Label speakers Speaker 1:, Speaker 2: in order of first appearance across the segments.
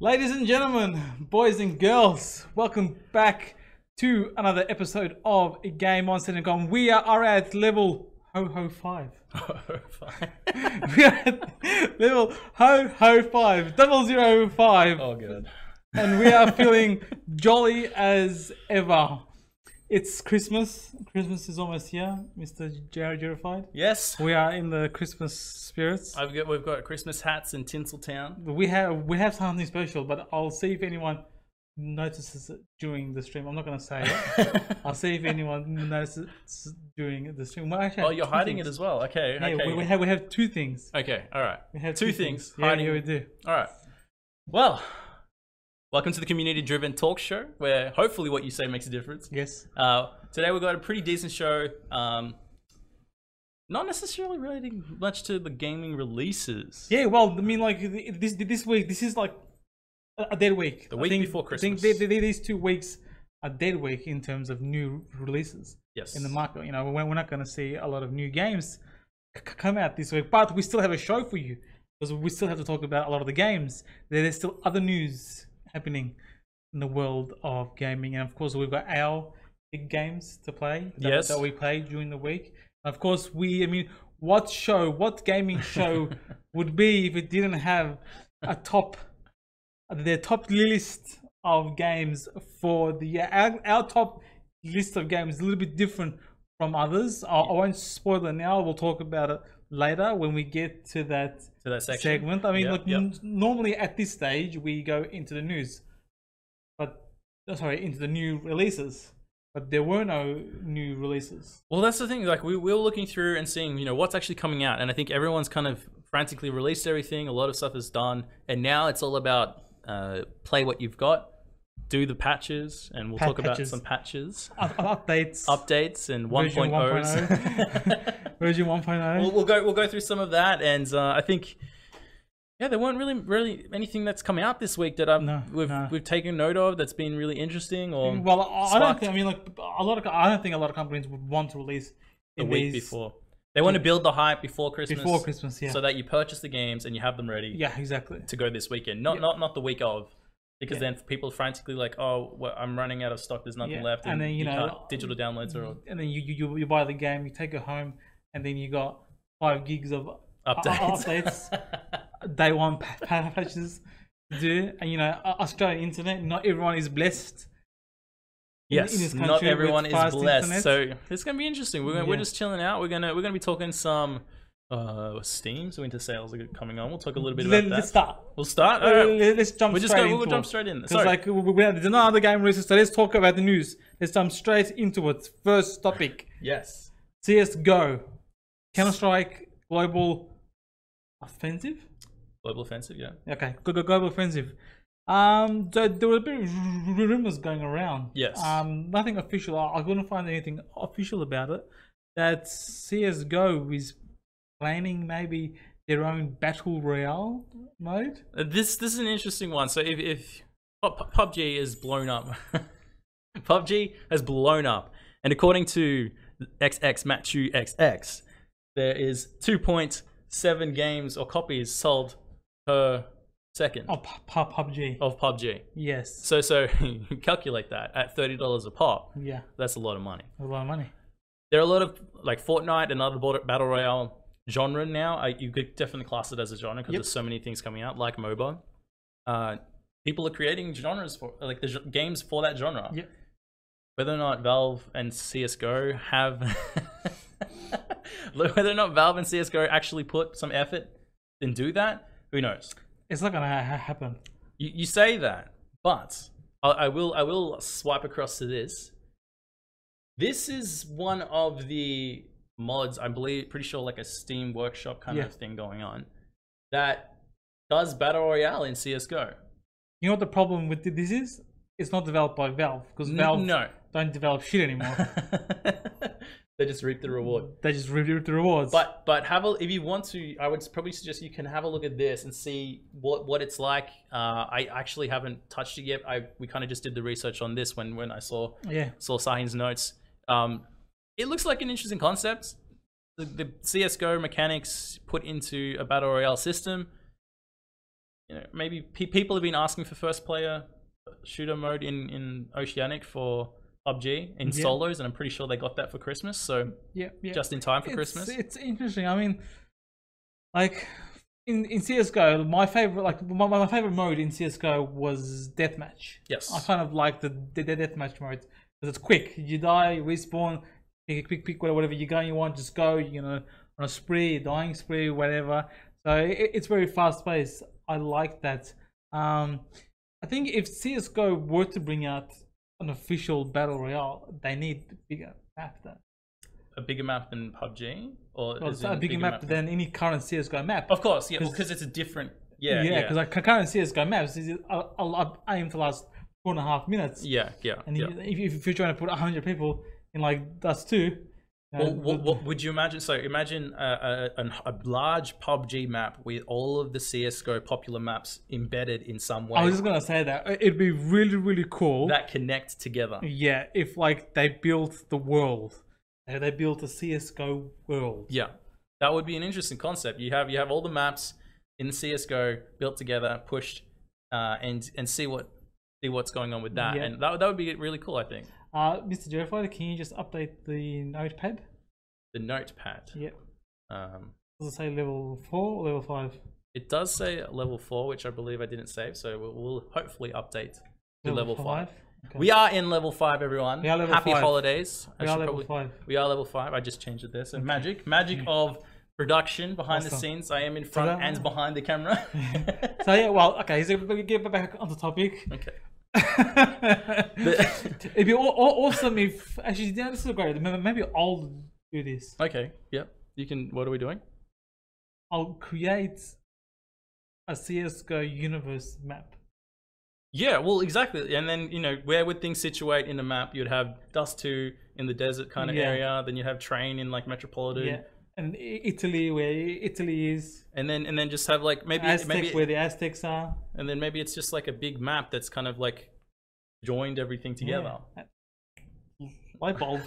Speaker 1: Ladies and gentlemen, boys and girls, welcome back to another episode of Game On Set and Gone. We are, are at level ho ho five. we are at level ho ho five, double zero five,
Speaker 2: oh, good.
Speaker 1: and we are feeling jolly as ever. It's Christmas. Christmas is almost here, Mr. Jared Jurified.
Speaker 2: Yes.
Speaker 1: We are in the Christmas spirits.
Speaker 2: I've got, we've got Christmas hats in Tinseltown.
Speaker 1: We have we have something special, but I'll see if anyone notices it during the stream. I'm not gonna say it. I'll see if anyone notices it during the stream. Well, actually, I
Speaker 2: Oh,
Speaker 1: have
Speaker 2: you're
Speaker 1: two
Speaker 2: hiding it
Speaker 1: things.
Speaker 2: as well. Okay.
Speaker 1: Yeah,
Speaker 2: okay.
Speaker 1: we, we have we have two things.
Speaker 2: okay. All right.
Speaker 1: We have
Speaker 2: two, things.
Speaker 1: Yeah,
Speaker 2: hiding.
Speaker 1: yeah, we do.
Speaker 2: All right. Well, welcome to the community-driven talk show, where hopefully what you say makes a difference.
Speaker 1: Yes.
Speaker 2: Uh, today we've got a pretty decent show. Um, not necessarily relating much to the gaming releases.
Speaker 1: Yeah. Well, I mean, like th- this this week, this is like a a dead week.
Speaker 2: The
Speaker 1: I
Speaker 2: week
Speaker 1: think-
Speaker 2: before
Speaker 1: I think
Speaker 2: Christmas.
Speaker 1: th- th- these two weeks are dead week in terms of new releases.
Speaker 2: Yes.
Speaker 1: in the market. You know, we're, we're not going to see a lot of new games c- c- come out this week, but we still have a show for you because we still have to talk about a lot of the games. There- There's still other news happening in the world of gaming, and of course, we've got our big games to play that,
Speaker 2: Yes.
Speaker 1: that we play during the week. Of course, we, I mean, what show, what gaming show would be if it didn't have a top the top list of games for the year. Our, our top list of games is a little bit different from others. I, I won't spoil it now. We'll talk about it later when we get to that
Speaker 2: to that section.
Speaker 1: segment. I mean,
Speaker 2: Yeah,
Speaker 1: look,
Speaker 2: yeah.
Speaker 1: n- normally at this stage we go into the news, but oh, sorry, into the new releases. But there were no new releases.
Speaker 2: Well, that's the thing. Like we, we were looking through and seeing, you know, what's actually coming out, and I think everyone's kind of frantically released everything. A lot of stuff is done, and now it's all about uh, play what you've got, do the patches, and we'll
Speaker 1: Pa-
Speaker 2: talk about
Speaker 1: patches.
Speaker 2: some patches,
Speaker 1: Up- up- updates,
Speaker 2: updates, and
Speaker 1: Version oh.
Speaker 2: 1.0s.
Speaker 1: version oh. 1.0.
Speaker 2: we'll, we'll go we'll go through some of that, and uh, I think. Yeah, there weren't really really anything that's come out this week that I've,
Speaker 1: No,
Speaker 2: we've
Speaker 1: no.
Speaker 2: we've taken note of that's been really interesting. Or
Speaker 1: Well, I I don't
Speaker 2: sparked-
Speaker 1: think. I mean, like a lot of. I don't think a lot of companies would want to release
Speaker 2: the
Speaker 1: in
Speaker 2: week
Speaker 1: these-
Speaker 2: before, they want to build the hype before Christmas.
Speaker 1: before Christmas. Yeah.
Speaker 2: so that you purchase the games and you have them ready
Speaker 1: yeah, exactly.
Speaker 2: to go this weekend, not not not the week of, because
Speaker 1: Yeah.
Speaker 2: then people frantically like, oh, well, I'm running out of stock. There's nothing
Speaker 1: Yeah,
Speaker 2: left,
Speaker 1: and then, you know,
Speaker 2: can't- digital downloads are all
Speaker 1: And then you, you you you buy the game, you take it home, and then you got five gigs of u-
Speaker 2: updates.
Speaker 1: updates, day one pa- pa- patches to do, and you know Au- Australian internet. Not everyone is blessed. in- in
Speaker 2: yes,
Speaker 1: this
Speaker 2: not
Speaker 1: country with
Speaker 2: everyone is
Speaker 1: fast
Speaker 2: blessed.
Speaker 1: internet.
Speaker 2: So it's gonna be interesting. We're gonna, we're
Speaker 1: Yeah.
Speaker 2: just chilling out. We're gonna we're gonna be talking some uh Steam. So winter sales are coming on. We'll talk a little bit about
Speaker 1: Let,
Speaker 2: that.
Speaker 1: us start.
Speaker 2: We'll start. All
Speaker 1: Let-
Speaker 2: right.
Speaker 1: let- Let's jump.
Speaker 2: We're just
Speaker 1: straight
Speaker 2: gonna we'll
Speaker 1: into
Speaker 2: jump
Speaker 1: it.
Speaker 2: straight in.
Speaker 1: Because
Speaker 2: Sorry.
Speaker 1: like we, we have another game releases, so let's talk about the news. Let's jump straight into it. First topic.
Speaker 2: yes.
Speaker 1: CSGO, Counter Strike Global Offensive?
Speaker 2: Global offensive. Yeah.
Speaker 1: Okay, Glo- Glo- Global Offensive. Um, there, there were a bit of r- r- rumors going around.
Speaker 2: Yes.
Speaker 1: Um, nothing official. I, I couldn't find anything official about it. That CSGO is planning maybe their own battle royale mode.
Speaker 2: Uh, This this is an interesting one. So if if Pu- Pu- PUBG is blown up, PUBG has blown up, and according to XX Matthew XX, there is 2.7 games or copies sold per second
Speaker 1: Oh, pu- pu- PUBG.
Speaker 2: of PUBG.
Speaker 1: Yes.
Speaker 2: So so you calculate that at thirty dollars a pop.
Speaker 1: Yeah,
Speaker 2: That's a lot of money.
Speaker 1: a lot of money.
Speaker 2: There are a lot of like Fortnite and other bot- battle royale genre now. I, you could definitely class it as a genre because
Speaker 1: Yep.
Speaker 2: there's so many things coming out, like MOBA. Uh, people are creating genres for like the gen- games for that genre.
Speaker 1: Yep.
Speaker 2: Whether or not Valve and CS:GO have, whether or not Valve and CS:GO actually put some effort and do that, who knows?
Speaker 1: It's not gonna ha- happen.
Speaker 2: You, you say that, but I, I will I will swipe across to this. This is one of the mods, I believe, pretty sure like a Steam Workshop kind
Speaker 1: Yeah.
Speaker 2: of thing going on that does battle royale in CS:GO.
Speaker 1: You know what the problem with this is? It's not developed by Valve because
Speaker 2: N-
Speaker 1: Valve
Speaker 2: no,
Speaker 1: don't develop shit anymore.
Speaker 2: they just reap the reward.
Speaker 1: They just reviewed the rewards.
Speaker 2: But but have a if you want to, I would probably suggest you can have a look at this and see what what it's like. Uh, I actually haven't touched it yet. I we kind of just did the research on this when when I saw
Speaker 1: yeah,
Speaker 2: saw Sahin's notes. Um, it looks like an interesting concept. The, the CSGO mechanics put into a battle royale system. you know, maybe pe- people have been asking for first player shooter mode in in Oceanic for PUBG in
Speaker 1: Yeah.
Speaker 2: solos, and I'm pretty sure they got that for Christmas. So
Speaker 1: Yeah, yeah.
Speaker 2: just in time for
Speaker 1: it's,
Speaker 2: Christmas.
Speaker 1: It's interesting. I mean, like in in CS:GO, my favorite like my, my favorite mode in CS:GO was deathmatch.
Speaker 2: Yes.
Speaker 1: I kind of like the the, the deathmatch mode because it's quick. You die, respawn, pick pick pick whatever you gun you want, just go. You know, on a spree, dying spree, whatever. So it, it's very fast paced. I like that. Um, I think if CS:GO were to bring out an official battle royale, they need bigger map though.
Speaker 2: a bigger map than PUBG, or
Speaker 1: Well,
Speaker 2: is
Speaker 1: it's
Speaker 2: it
Speaker 1: a bigger map than any current CSGO map.
Speaker 2: Of course, yeah, because it's a different. Yeah,
Speaker 1: yeah,
Speaker 2: yeah,
Speaker 1: because like current CSGO maps, is a, a lot aim to last four and a half minutes.
Speaker 2: yeah, yeah.
Speaker 1: And
Speaker 2: yeah.
Speaker 1: if- if, you- if you're trying to put 100 people in like Dust 2, you know,
Speaker 2: Well, what, what would you imagine? So imagine a, a, an- a large PUBG map with all of the CS:GO popular maps embedded in some way
Speaker 1: I was just going to say that. It- It'd be really, really cool.
Speaker 2: that connect together.
Speaker 1: yeah, if like they built the world. They they built a CSGO world.
Speaker 2: Yeah, that would be an interesting concept. You have you have all the maps in CS:GO built together, pushed, uh, and and see what see what's going on with that,
Speaker 1: Yeah.
Speaker 2: and that would- that would be really cool. I think
Speaker 1: Uh, Mr. Jerrified, can you just update the notepad?
Speaker 2: the notepad.
Speaker 1: Yep.
Speaker 2: Um,
Speaker 1: Does it say level 4 or level 5?
Speaker 2: It does say level four, which I believe I didn't save, so we'll, we'll hopefully update to level, five.
Speaker 1: Okay.
Speaker 2: We are in level five, everyone.
Speaker 1: We are level
Speaker 2: Happy
Speaker 1: five.
Speaker 2: holidays. I
Speaker 1: We are
Speaker 2: should
Speaker 1: level
Speaker 2: probably-
Speaker 1: 5.
Speaker 2: We are level five. I just changed it there. So magic, magic of production behind the
Speaker 1: Awesome.
Speaker 2: scenes. I am in front
Speaker 1: that-
Speaker 2: and behind the camera.
Speaker 1: So yeah, well, okay, so we get back on the topic.
Speaker 2: okay.
Speaker 1: It'd be aw- aw- awesome if actually yeah, this is great. Maybe maybe I'll do this.
Speaker 2: Okay. Yep. You can. What are we doing?
Speaker 1: I'll create a CS:GO universe map.
Speaker 2: Yeah. Well, exactly. And then you know where would things situate in the map? You'd have dust two in the desert kind of
Speaker 1: Yeah.
Speaker 2: area. Then you'd have train in like metropolitan.
Speaker 1: Yeah, and I- Italy where I- Italy is,
Speaker 2: And then and then just have like maybe
Speaker 1: Aztec
Speaker 2: maybe
Speaker 1: where the Aztecs are.
Speaker 2: and then maybe it's just like a big map that's kind of like joined everything together.
Speaker 1: Light bulb.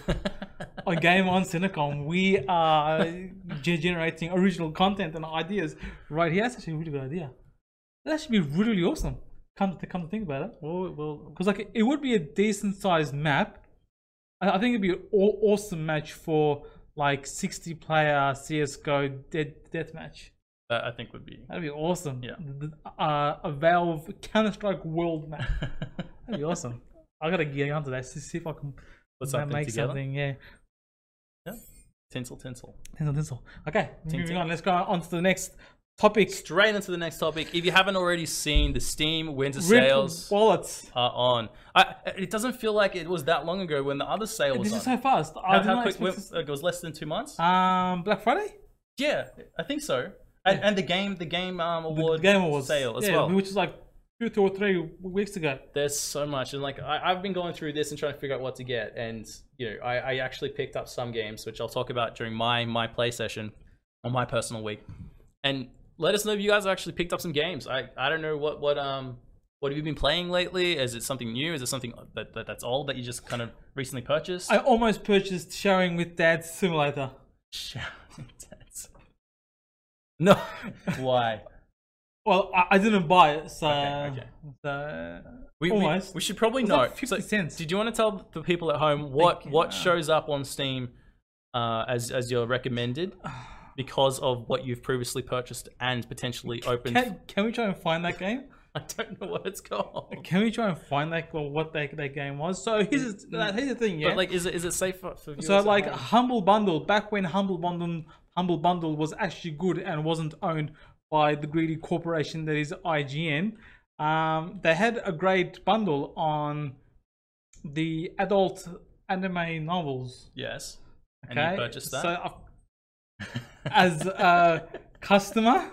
Speaker 1: on Game On Cinecom, we are ge- generating original content and ideas right here. That's actually a really good idea. That should be really, really awesome. Come to come to think about it.
Speaker 2: well, well,
Speaker 1: because like it would be a decent sized map. I I think it'd be an aw- awesome match for like 60 player CS:GO dead deathmatch.
Speaker 2: that I think would be.
Speaker 1: That'd be awesome.
Speaker 2: Yeah.
Speaker 1: Th- Uh, a Valve Counter Strike World map. That'd be awesome. I gotta get onto that to see if I can
Speaker 2: Put something
Speaker 1: make
Speaker 2: together.
Speaker 1: something. Yeah.
Speaker 2: Tinsel, tinsel.
Speaker 1: Tinsel, tinsel. Okay, moving
Speaker 2: Tinsel.
Speaker 1: on. Let's go on to the next topic.
Speaker 2: Straight into the next topic. If you haven't already seen, the Steam winter
Speaker 1: Rip
Speaker 2: sales
Speaker 1: wallets.
Speaker 2: are on. I, it doesn't feel like it was that long ago when the other sale was
Speaker 1: This is
Speaker 2: on.
Speaker 1: so fast. I
Speaker 2: how,
Speaker 1: did
Speaker 2: how
Speaker 1: not
Speaker 2: quick?
Speaker 1: expect
Speaker 2: When, uh,
Speaker 1: this-
Speaker 2: it was less than two months.
Speaker 1: Um, Black Friday.
Speaker 2: yeah, I think so. And, and the game, the game um, award,
Speaker 1: Game Awards
Speaker 2: sale as
Speaker 1: yeah,
Speaker 2: well.
Speaker 1: which is like two, two or three weeks ago.
Speaker 2: there's so much and like I, i've been going through this and trying to figure out what to get and you know I, I actually picked up some games which i'll talk about during my my play session on my personal week and let us know if you guys actually picked up some games i i don't know what what um what have you been playing lately is it something new is it something that, that that's old that you just kind of recently purchased
Speaker 1: I almost purchased showering with dad simulator.
Speaker 2: That's- no why
Speaker 1: Well, I, I didn't buy it, so,
Speaker 2: Okay, okay.
Speaker 1: so
Speaker 2: we, we,
Speaker 1: almost.
Speaker 2: we should probably
Speaker 1: It's
Speaker 2: know
Speaker 1: like 50 cents.
Speaker 2: Did you want to tell the people at home what
Speaker 1: Thinking, uh,
Speaker 2: what shows up on Steam uh, as as your recommended because of what you've previously purchased and potentially opened?
Speaker 1: can, can we try and find that game?
Speaker 2: I don't know what it's called.
Speaker 1: Can we try and find like well, what that, that game was? So here's
Speaker 2: Mm,
Speaker 1: the- here's the thing, yeah.
Speaker 2: But like, is it is it safe for, for viewers?
Speaker 1: so
Speaker 2: at
Speaker 1: like
Speaker 2: home?
Speaker 1: Humble Bundle, back when Humble Bundle Humble Bundle was actually good and wasn't owned by the greedy corporation that is IGN, um, they had a great bundle on the adult anime novels.
Speaker 2: yes.
Speaker 1: Okay,
Speaker 2: And you purchased that.
Speaker 1: So, I- as a customer,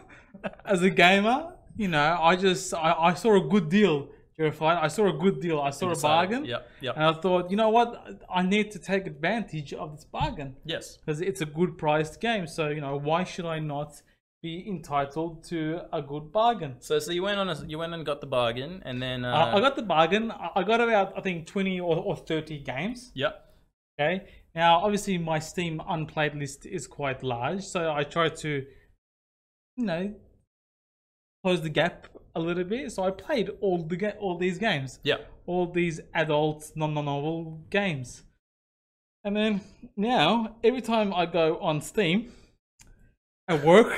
Speaker 1: as a gamer, you know, I just I, I saw a good deal, Verified. I saw a good deal. I saw a
Speaker 2: Decided-
Speaker 1: bargain, Uh,
Speaker 2: Yep. Yep.
Speaker 1: and I thought, you know what, I need to take advantage of this bargain
Speaker 2: yes.
Speaker 1: because it's a good priced game. So you know, why should I not be entitled to a good bargain?
Speaker 2: So so you went on a, you went and got the bargain and then uh,
Speaker 1: I I got the bargain. I I got about I think twenty or, or thirty games.
Speaker 2: yep.
Speaker 1: Okay. Now, obviously, my Steam unplayed list is quite large, so I try to, you know, close the gap a little bit, so I played all the ga- all these games,
Speaker 2: Yeah.
Speaker 1: all these adult non-novel games, and then now every time I go on Steam, at work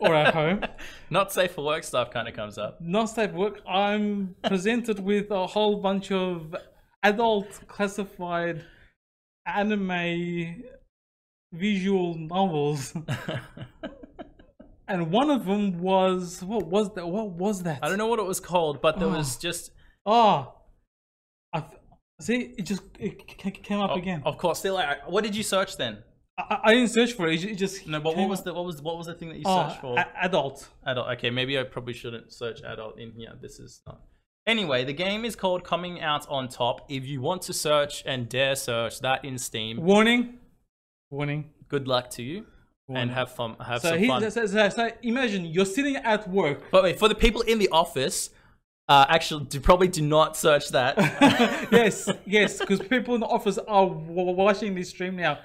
Speaker 1: or at home,
Speaker 2: Not safe for work stuff kind of comes up.
Speaker 1: not safe work, I'm presented with a whole bunch of adult classified anime visual novels. And one of them was what was that? What was that?
Speaker 2: I don't know what it was called, but there
Speaker 1: Oh.
Speaker 2: was just
Speaker 1: Oh, I f- see. It just it c- c- came up
Speaker 2: oh,
Speaker 1: again.
Speaker 2: Of course, they're like, what did you search then?
Speaker 1: I, I didn't search for it. It ju- it just
Speaker 2: No, but what
Speaker 1: came
Speaker 2: was
Speaker 1: up.
Speaker 2: the what was what was the thing that you
Speaker 1: oh,
Speaker 2: searched for?
Speaker 1: a- adult?
Speaker 2: adult. Okay, maybe I probably shouldn't search adult in here. This is not. Anyway, the game is called Coming Out on Top. If you want to search and dare search that in Steam,
Speaker 1: Warning, warning.
Speaker 2: good luck to you, and have fun. Have
Speaker 1: So,
Speaker 2: some
Speaker 1: he,
Speaker 2: fun.
Speaker 1: so, so, so imagine you're sitting at work.
Speaker 2: But wait, for the people in the office, uh, actually, do, probably do not search that.
Speaker 1: yes, yes, because people in the office are w- watching this stream now.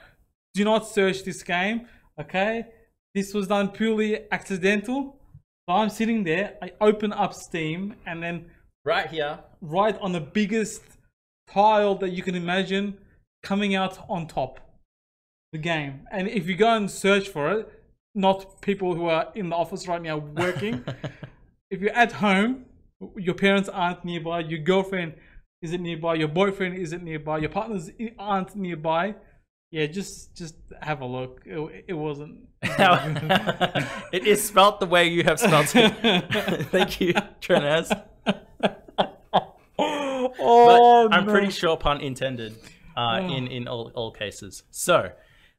Speaker 1: Do not search this game, okay? This was done purely accidental. So I'm sitting there. I open up Steam, and then
Speaker 2: right here.
Speaker 1: right on the biggest tile that you can imagine coming out on top the game and if you go and search for it not people who are in the office right now working if you're at home your parents aren't nearby your girlfriend isn't nearby your boyfriend isn't nearby your partners i- aren't nearby yeah just just have a look it, it wasn't
Speaker 2: it is spelt the way you have spelt it. Thank you, Trenaz. But
Speaker 1: oh
Speaker 2: I'm pretty sure pun intended uh, in in all, all cases. So,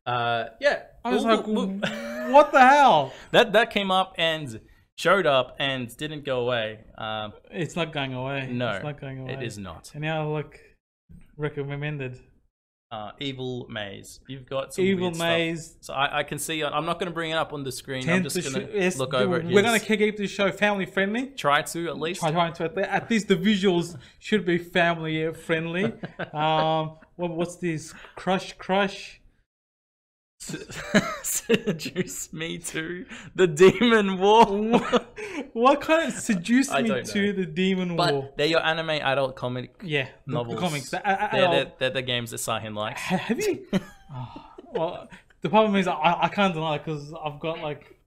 Speaker 2: uh, yeah,
Speaker 1: i was
Speaker 2: we'll-
Speaker 1: like mm.
Speaker 2: we'll- we'll-
Speaker 1: what the hell
Speaker 2: that that came up and showed up and didn't go away. Um,
Speaker 1: It's not going away.
Speaker 2: no,
Speaker 1: it's not going away.
Speaker 2: it is not.
Speaker 1: And now look, recommended.
Speaker 2: Uh, Evil Maze. You've got some
Speaker 1: Evil
Speaker 2: weird stuff.
Speaker 1: Maze.
Speaker 2: So I, I can see. I'm not going to bring it up on the screen. I'm
Speaker 1: Tenth
Speaker 2: just
Speaker 1: to
Speaker 2: going
Speaker 1: sh-
Speaker 2: to
Speaker 1: yes,
Speaker 2: look over it.
Speaker 1: We're gonna keep this show family friendly.
Speaker 2: try to at least.
Speaker 1: Try trying to at le- at least the visuals should be family friendly. um, what, what's this? Crush, crush.
Speaker 2: Seduce me to the demon war.
Speaker 1: What, what kind of seduced
Speaker 2: I
Speaker 1: me
Speaker 2: don't
Speaker 1: to the demon war?
Speaker 2: But they're your anime adult comic
Speaker 1: Yeah, the
Speaker 2: novels.
Speaker 1: comics. the- I- I-
Speaker 2: They're,
Speaker 1: I'll-
Speaker 2: they're, they're the games that Sahin likes.
Speaker 1: Ha- Have you? Ah, well, the problem is I, I can't deny because I've got like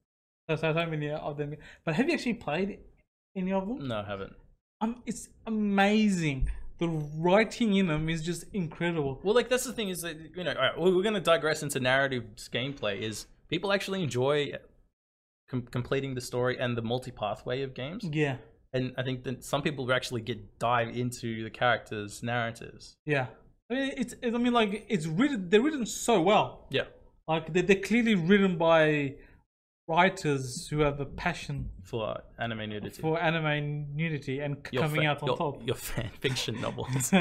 Speaker 1: so, so so many of them. But have you actually played any of them?
Speaker 2: No, I haven't.
Speaker 1: Um, it's amazing. The writing in them is just incredible.
Speaker 2: Well, like that's the thing is that you know all right, well, we're going to digress into narrative gameplay. Is people actually enjoy com- completing the story and the multi-pathway of games?
Speaker 1: Yeah,
Speaker 2: And I think that some people actually get dive into the characters' narratives.
Speaker 1: yeah. I mean, it's I mean like it's written. They're written so well.
Speaker 2: Yeah,
Speaker 1: Like they're, they're clearly written by writers who have a passion
Speaker 2: for anime nudity.
Speaker 1: for anime nudity and c-
Speaker 2: Your
Speaker 1: coming
Speaker 2: fa-
Speaker 1: out on
Speaker 2: your,
Speaker 1: top.
Speaker 2: Your fan fiction novels.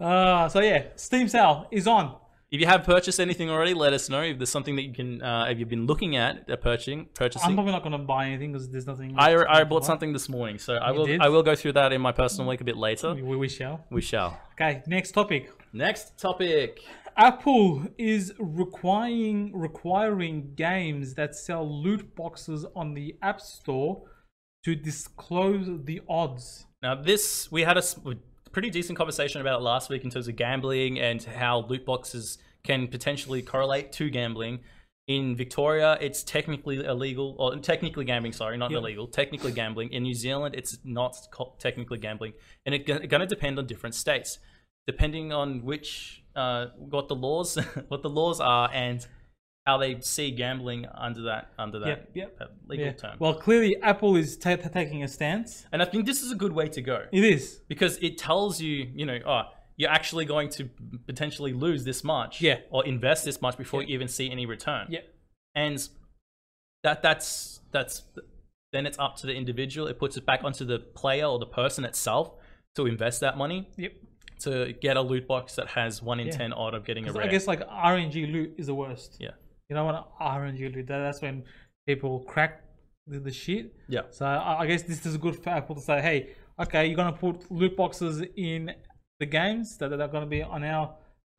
Speaker 1: uh, so yeah, Steam sale is on.
Speaker 2: If you have purchased anything already, let us know. If there's something that you can, uh, if you've been looking at uh, purchasing,
Speaker 1: I'm
Speaker 2: purchasing.
Speaker 1: probably not gonna buy anything because there's nothing.
Speaker 2: I,
Speaker 1: left
Speaker 2: I
Speaker 1: to
Speaker 2: bought
Speaker 1: buy.
Speaker 2: something this morning, so I will
Speaker 1: did?
Speaker 2: I will go through that in my personal week a bit later.
Speaker 1: We, we shall.
Speaker 2: We shall.
Speaker 1: Okay, next topic.
Speaker 2: Next topic.
Speaker 1: Apple is requiring requiring games that sell loot boxes on the App Store to disclose the odds.
Speaker 2: Now this we had a s- pretty decent conversation about it last week in terms of gambling and how loot boxes can potentially correlate to gambling. In Victoria, it's technically illegal, or technically gambling. Sorry, not illegal. Technically gambling. In New Zealand, it's not co- technically gambling, and it's going to depend on different states, depending on which uh, what the laws what the laws are and how they see gambling under that under that,
Speaker 1: Yep, yep.
Speaker 2: that legal
Speaker 1: Yeah.
Speaker 2: term.
Speaker 1: Well, clearly Apple is ta ta- taking a stance.
Speaker 2: and I think this is a good way to go
Speaker 1: It is.
Speaker 2: because it tells you, you know, oh, you're actually going to potentially lose this much,
Speaker 1: Yeah.
Speaker 2: or invest this much before you even see any return.
Speaker 1: Yeah.
Speaker 2: and that that's that's then it's up to the individual. It puts it back onto the player or the person itself to invest that money
Speaker 1: Yep.
Speaker 2: to get a loot box that has one in
Speaker 1: Yeah.
Speaker 2: ten odd of getting a
Speaker 1: So
Speaker 2: rare.
Speaker 1: I guess like RNG loot is the worst.
Speaker 2: yeah,
Speaker 1: You don't want RNG loot. That, that's when people crack the, the shit.
Speaker 2: yeah,
Speaker 1: So I I guess this is good for Apple to say, hey, okay, you're gonna put loot boxes in the games that that are gonna be on our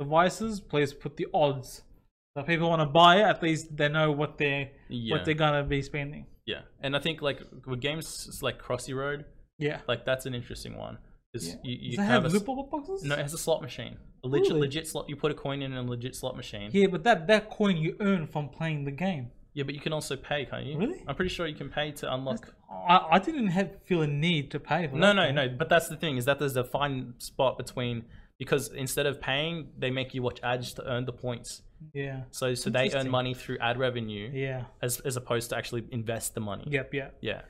Speaker 1: devices. Please put the odds. So if people want to buy it, at least they know what they're
Speaker 2: yeah.
Speaker 1: what they're gonna be spending.
Speaker 2: Yeah, and I think like with games s- like Crossy Road,
Speaker 1: Yeah.
Speaker 2: like that's an interesting one. 'Cause
Speaker 1: Yeah.
Speaker 2: you, you
Speaker 1: Does it have,
Speaker 2: have, a,
Speaker 1: loot
Speaker 2: s-
Speaker 1: pop-up boxes?
Speaker 2: no, it has a slot machine. A legit,
Speaker 1: Really?
Speaker 2: legit slot. You put a coin in a legit slot machine. Yeah.
Speaker 1: Yeah, but that that coin you earn from playing the game.
Speaker 2: but you can also pay, can't you?
Speaker 1: Really?
Speaker 2: I'm pretty sure you can pay to unlock.
Speaker 1: I, I didn't have feel a need to pay for
Speaker 2: No,
Speaker 1: that
Speaker 2: no,
Speaker 1: game.
Speaker 2: no. But that's the thing is that there's a fine spot between because instead of paying, they make you watch ads to earn the points.
Speaker 1: Yeah.
Speaker 2: So, so they earn
Speaker 1: Interesting.
Speaker 2: money through ad revenue
Speaker 1: Yeah.
Speaker 2: as as opposed to actually invest the money.
Speaker 1: Yep. Yeah.
Speaker 2: Yeah.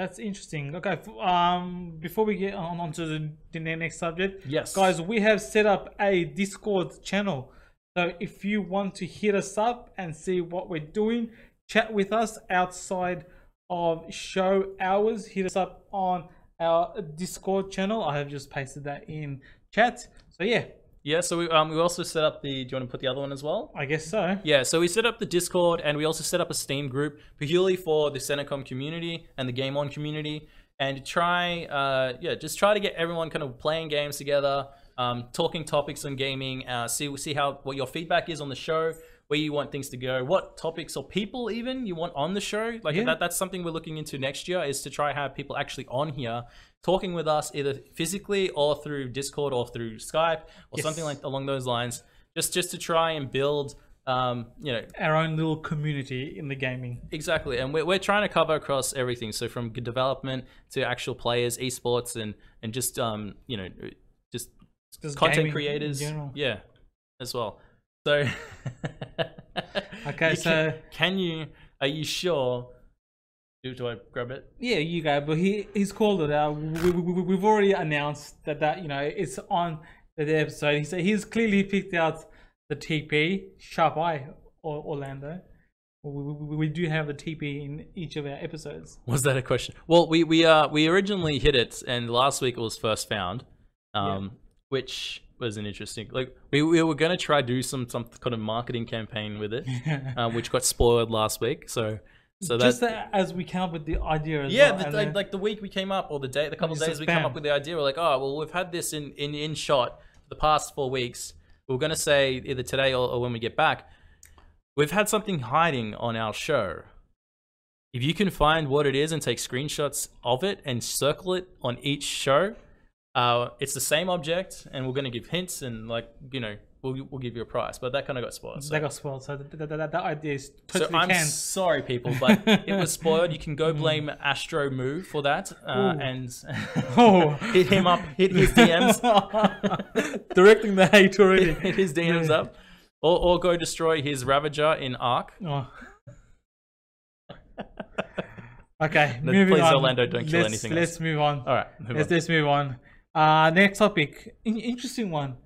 Speaker 1: That's interesting. Okay. f- Um, before we get on, on to the, the ne- next subject,
Speaker 2: Yes.
Speaker 1: guys, we have set up a Discord channel. So if you want to hit us up and see what we're doing, chat with us outside of show hours. Hit us up on our Discord channel. I have just pasted that in chat. So yeah,
Speaker 2: Yeah. So we um we also set up the. Do you want to put the other one as well?
Speaker 1: I guess so.
Speaker 2: Yeah, so we set up the Discord and we also set up a Steam group purely for the Senecom community and the Game On community, and try, uh, yeah, just try to get everyone kind of playing games together, um, talking topics on gaming, uh, see see how what your feedback is on the show, where you want things to go, what topics or people even you want on the show. Like
Speaker 1: Yeah.
Speaker 2: that, that's something we're looking into next year is to try have people actually on here talking with us either physically or through Discord or through Skype or
Speaker 1: Yes.
Speaker 2: something like along those lines. Just just to try and build. Um, you know,
Speaker 1: Our own little community in the gaming.
Speaker 2: Exactly, and we're, we're trying to cover across everything, so from g- development to actual players, esports, and and just um you know just
Speaker 1: Just gaming
Speaker 2: content
Speaker 1: in
Speaker 2: creators,
Speaker 1: general.
Speaker 2: yeah, as well. So
Speaker 1: Okay,
Speaker 2: You
Speaker 1: so-
Speaker 2: can, can you are you sure? Do, do I grab it?
Speaker 1: Yeah, you go. But he he's called it. Uh, we, we, we, we've already announced that that you know it's on the episode. He said he's clearly picked out the TP sharp eye or Orlando. We, we, we- we do have the TP in each of our episodes.
Speaker 2: Was that a question? Well, we we uh we originally hit it, and last week it was first found, um, which was an interesting like we, we were gonna try do some some kind of marketing campaign with it, um, which got spoiled last week. So so that's
Speaker 1: Just that, as we come up with the idea as
Speaker 2: yeah,
Speaker 1: well.
Speaker 2: the,
Speaker 1: and
Speaker 2: like,
Speaker 1: then-
Speaker 2: like the week we came up, or the day, the couple
Speaker 1: It's
Speaker 2: days
Speaker 1: a
Speaker 2: we come
Speaker 1: spam.
Speaker 2: up with the idea, we're like, oh, well, we've had this in in in shot for the past four weeks. We're gonna say either today or, or when we get back, we've had something hiding on our show. If you can find what it is and take screenshots of it and circle it on each show, uh, it's the same object, and we're gonna give hints and like you know we'll we'll give you a price, but that kind of got spoiled. so-
Speaker 1: that got spoiled. So that, that, that, that idea is
Speaker 2: so
Speaker 1: totally
Speaker 2: I'm
Speaker 1: canned.
Speaker 2: sorry, people, but it was spoiled. You can go blame Astro Move for that uh,
Speaker 1: Ooh.
Speaker 2: and
Speaker 1: Oh.
Speaker 2: hit him up, hit his DMs,
Speaker 1: Directing the hate already.
Speaker 2: hit his DMs up, or, or go destroy his Ravager in Ark.
Speaker 1: Oh. okay,
Speaker 2: No,
Speaker 1: moving
Speaker 2: please,
Speaker 1: on.
Speaker 2: Orlando, don't kill
Speaker 1: let's,
Speaker 2: anything
Speaker 1: Let's move on.
Speaker 2: All right, move
Speaker 1: Let's,
Speaker 2: on.
Speaker 1: let's move on. Uh, next topic. In- interesting one.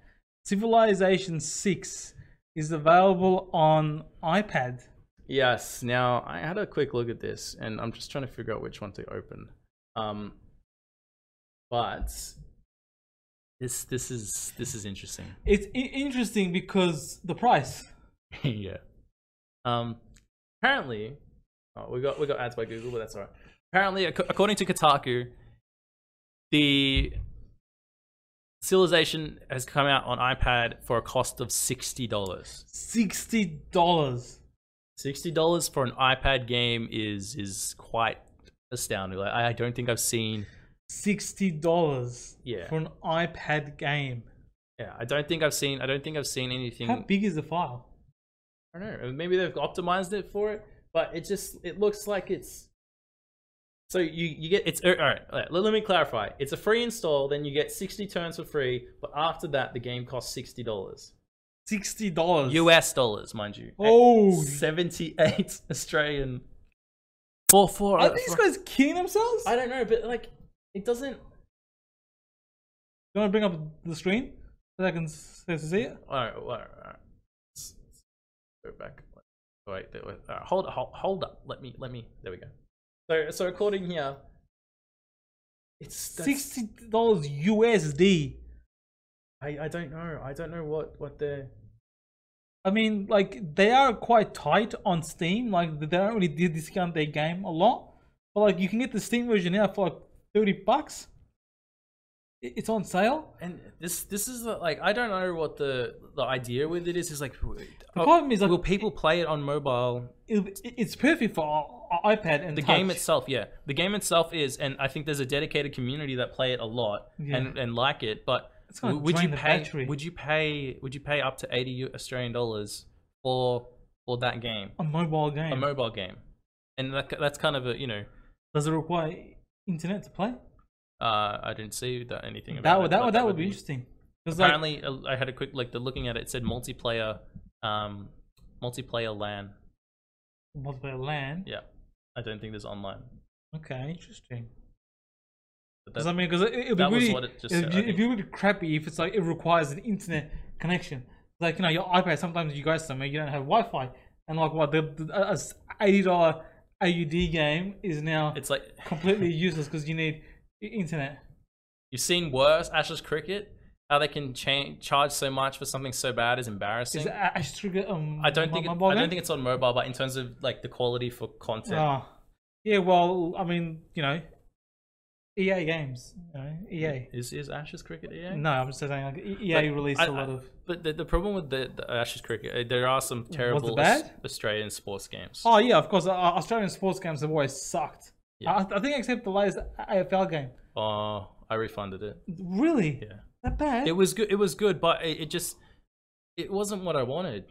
Speaker 1: Civilization 6 is available on iPad.
Speaker 2: Yes. Now I had a quick look at this, and I'm just trying to figure out which one to open. Um, but this this is this is interesting.
Speaker 1: It's I- interesting because the price.
Speaker 2: yeah. Um, apparently, oh, we got we got ads by Google, but that's alright. Apparently, ac- according to Kotaku, the Civilization has come out on iPad for a cost of sixty dollars.
Speaker 1: $60.
Speaker 2: Sixty dollars for an iPad game is is quite astounding. Like I I don't think I've seen.
Speaker 1: $60
Speaker 2: Yeah.
Speaker 1: for an iPad game.
Speaker 2: Yeah, I don't think I've seen. I don't think I've seen anything.
Speaker 1: How big is the file?
Speaker 2: I don't know. Maybe they've optimized it for it, but it just it looks like it's. So you you get it's er, all right. all right, let, let me clarify. It's a free install. Then you get sixty turns for free, but after that, the game costs sixty dollars,
Speaker 1: $60.
Speaker 2: US dollars, mind you.
Speaker 1: Oh,
Speaker 2: seventy eight Australian. Four four.
Speaker 1: Are these guys killing themselves?
Speaker 2: I don't know, but like it doesn't.
Speaker 1: You want to bring up the screen so that I can s- s- see it?
Speaker 2: All right, all right, all right. Let's- let's Go back. Wait, there, wait, all right, hold, hold, hold up. Let me, let me. There we go. So, so according here, it's that's-
Speaker 1: Sixty dollars USD.
Speaker 2: I, I don't know. I don't know what what the.
Speaker 1: I mean, like they are quite tight on Steam. Like they don't really di- discount their game a lot, but like you can get the Steam version now for like thirty bucks. I- It's on sale.
Speaker 2: And this this is the, like I don't know what the the idea with it is. Is like oh, the
Speaker 1: problem is, like-
Speaker 2: will people play it on mobile?
Speaker 1: It, it's perfect for uh, iPad and
Speaker 2: the game itself yeah the game itself is and i think there's a dedicated community that play it a lot
Speaker 1: Yeah.
Speaker 2: and, and like it but
Speaker 1: It's gonna
Speaker 2: w- would you
Speaker 1: drain the
Speaker 2: pay
Speaker 1: battery.
Speaker 2: would you pay would you pay up to 80 U- australian dollars for for that game
Speaker 1: a mobile game.
Speaker 2: a mobile game and that, that's kind of a you know
Speaker 1: Does it require internet to play?
Speaker 2: uh, i didn't see that anything about
Speaker 1: That would
Speaker 2: it,
Speaker 1: that,
Speaker 2: but
Speaker 1: would that would be interesting. 'Cause, like,
Speaker 2: apparently uh, i had a quick like the looking at it, it said multiplayer um multiplayer lan
Speaker 1: multiplayer LAN.
Speaker 2: yeah i don't think there's online
Speaker 1: Okay, interesting.
Speaker 2: but
Speaker 1: Because
Speaker 2: that-
Speaker 1: I mean, because it, it'd be
Speaker 2: that was
Speaker 1: really,
Speaker 2: what it just
Speaker 1: it'd,
Speaker 2: said,
Speaker 1: be-
Speaker 2: I
Speaker 1: it'd be really crappy if it's like it requires an internet connection. Like you know, your iPad. Sometimes you go somewhere you don't have Wi-Fi, and like what the, the a- a s- eighty dollar AUD game is now
Speaker 2: it's like
Speaker 1: completely useless because you need i- internet.
Speaker 2: You've seen worse Ashes cricket. How they can cha- charge so much for something so bad is
Speaker 1: Is
Speaker 2: embarrassing.
Speaker 1: it a- Ash Trigger? Um,
Speaker 2: I don't think it,
Speaker 1: mo-
Speaker 2: I
Speaker 1: mobile
Speaker 2: don't
Speaker 1: game?
Speaker 2: think it's on mobile, but in terms of like the quality for content,
Speaker 1: Ah. yeah. Well, I mean, you know, EA games. You know, EA.
Speaker 2: is is Ashes cricket EA?
Speaker 1: No, I'm just saying like E- EA
Speaker 2: Mm-hmm. But
Speaker 1: released
Speaker 2: I-
Speaker 1: a lot
Speaker 2: I-
Speaker 1: of.
Speaker 2: But the, the problem with the, the Ashes cricket, uh, there are some terrible
Speaker 1: bad?
Speaker 2: Aus- Australian sports games.
Speaker 1: Oh yeah, of course. Uh, Australian sports games have always sucked.
Speaker 2: Yeah.
Speaker 1: I, I think except the latest AFL game.
Speaker 2: Oh, I refunded it.
Speaker 1: Really?
Speaker 2: Yeah,
Speaker 1: That bad?
Speaker 2: it was good. It was good, but it, it just it wasn't what I wanted.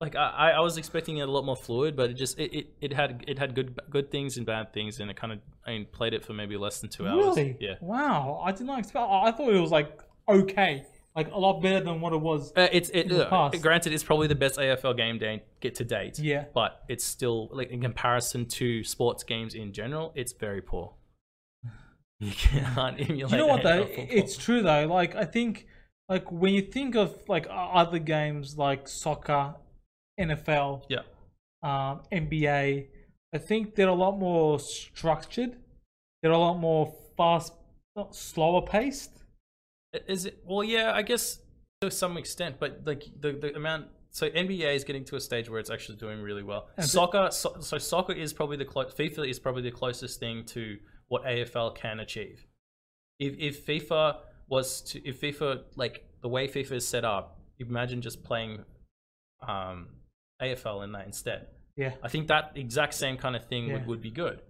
Speaker 2: Like I, I I was expecting it a lot more fluid, but it just it, it, it had it had good good things and bad things, and it kind of I mean, played it for maybe less than two hours.
Speaker 1: really?
Speaker 2: Yeah.
Speaker 1: Wow. I did not expect. I I thought it was like okay, like a lot better than what it was.
Speaker 2: Uh, it's it,
Speaker 1: In the
Speaker 2: uh,
Speaker 1: past.
Speaker 2: granted it's probably the best AFL game day get to date.
Speaker 1: Yeah.
Speaker 2: But it's still like in comparison to sports games in general, it's very poor. You can't emulate.
Speaker 1: you know what though?
Speaker 2: AFL football.
Speaker 1: It's true though. Like I think, like when you think of like o- other games like soccer, NFL,
Speaker 2: yeah.
Speaker 1: um, NBA, I think they're a lot more structured. They're a lot more fast, not slower paced.
Speaker 2: Is it well yeah, I guess to some extent, but like the, the amount so NBA is getting to a stage where it's actually doing really well.
Speaker 1: And the-
Speaker 2: soccer so, so soccer is probably the clo- FIFA is probably the closest thing to what AFL can achieve. if if FIFA was to if FIFA like the way FIFA is set up, imagine just playing um AFL in that instead.
Speaker 1: Yeah.
Speaker 2: I think that exact same kind of thing
Speaker 1: Yeah.
Speaker 2: would, would be good.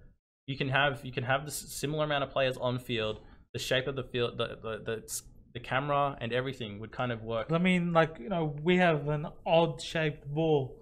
Speaker 2: You can have you can have the similar amount of players on field. The shape of the field, the the the, s- the camera and everything would kind of work.
Speaker 1: I mean, like you know, we have an odd-shaped ball.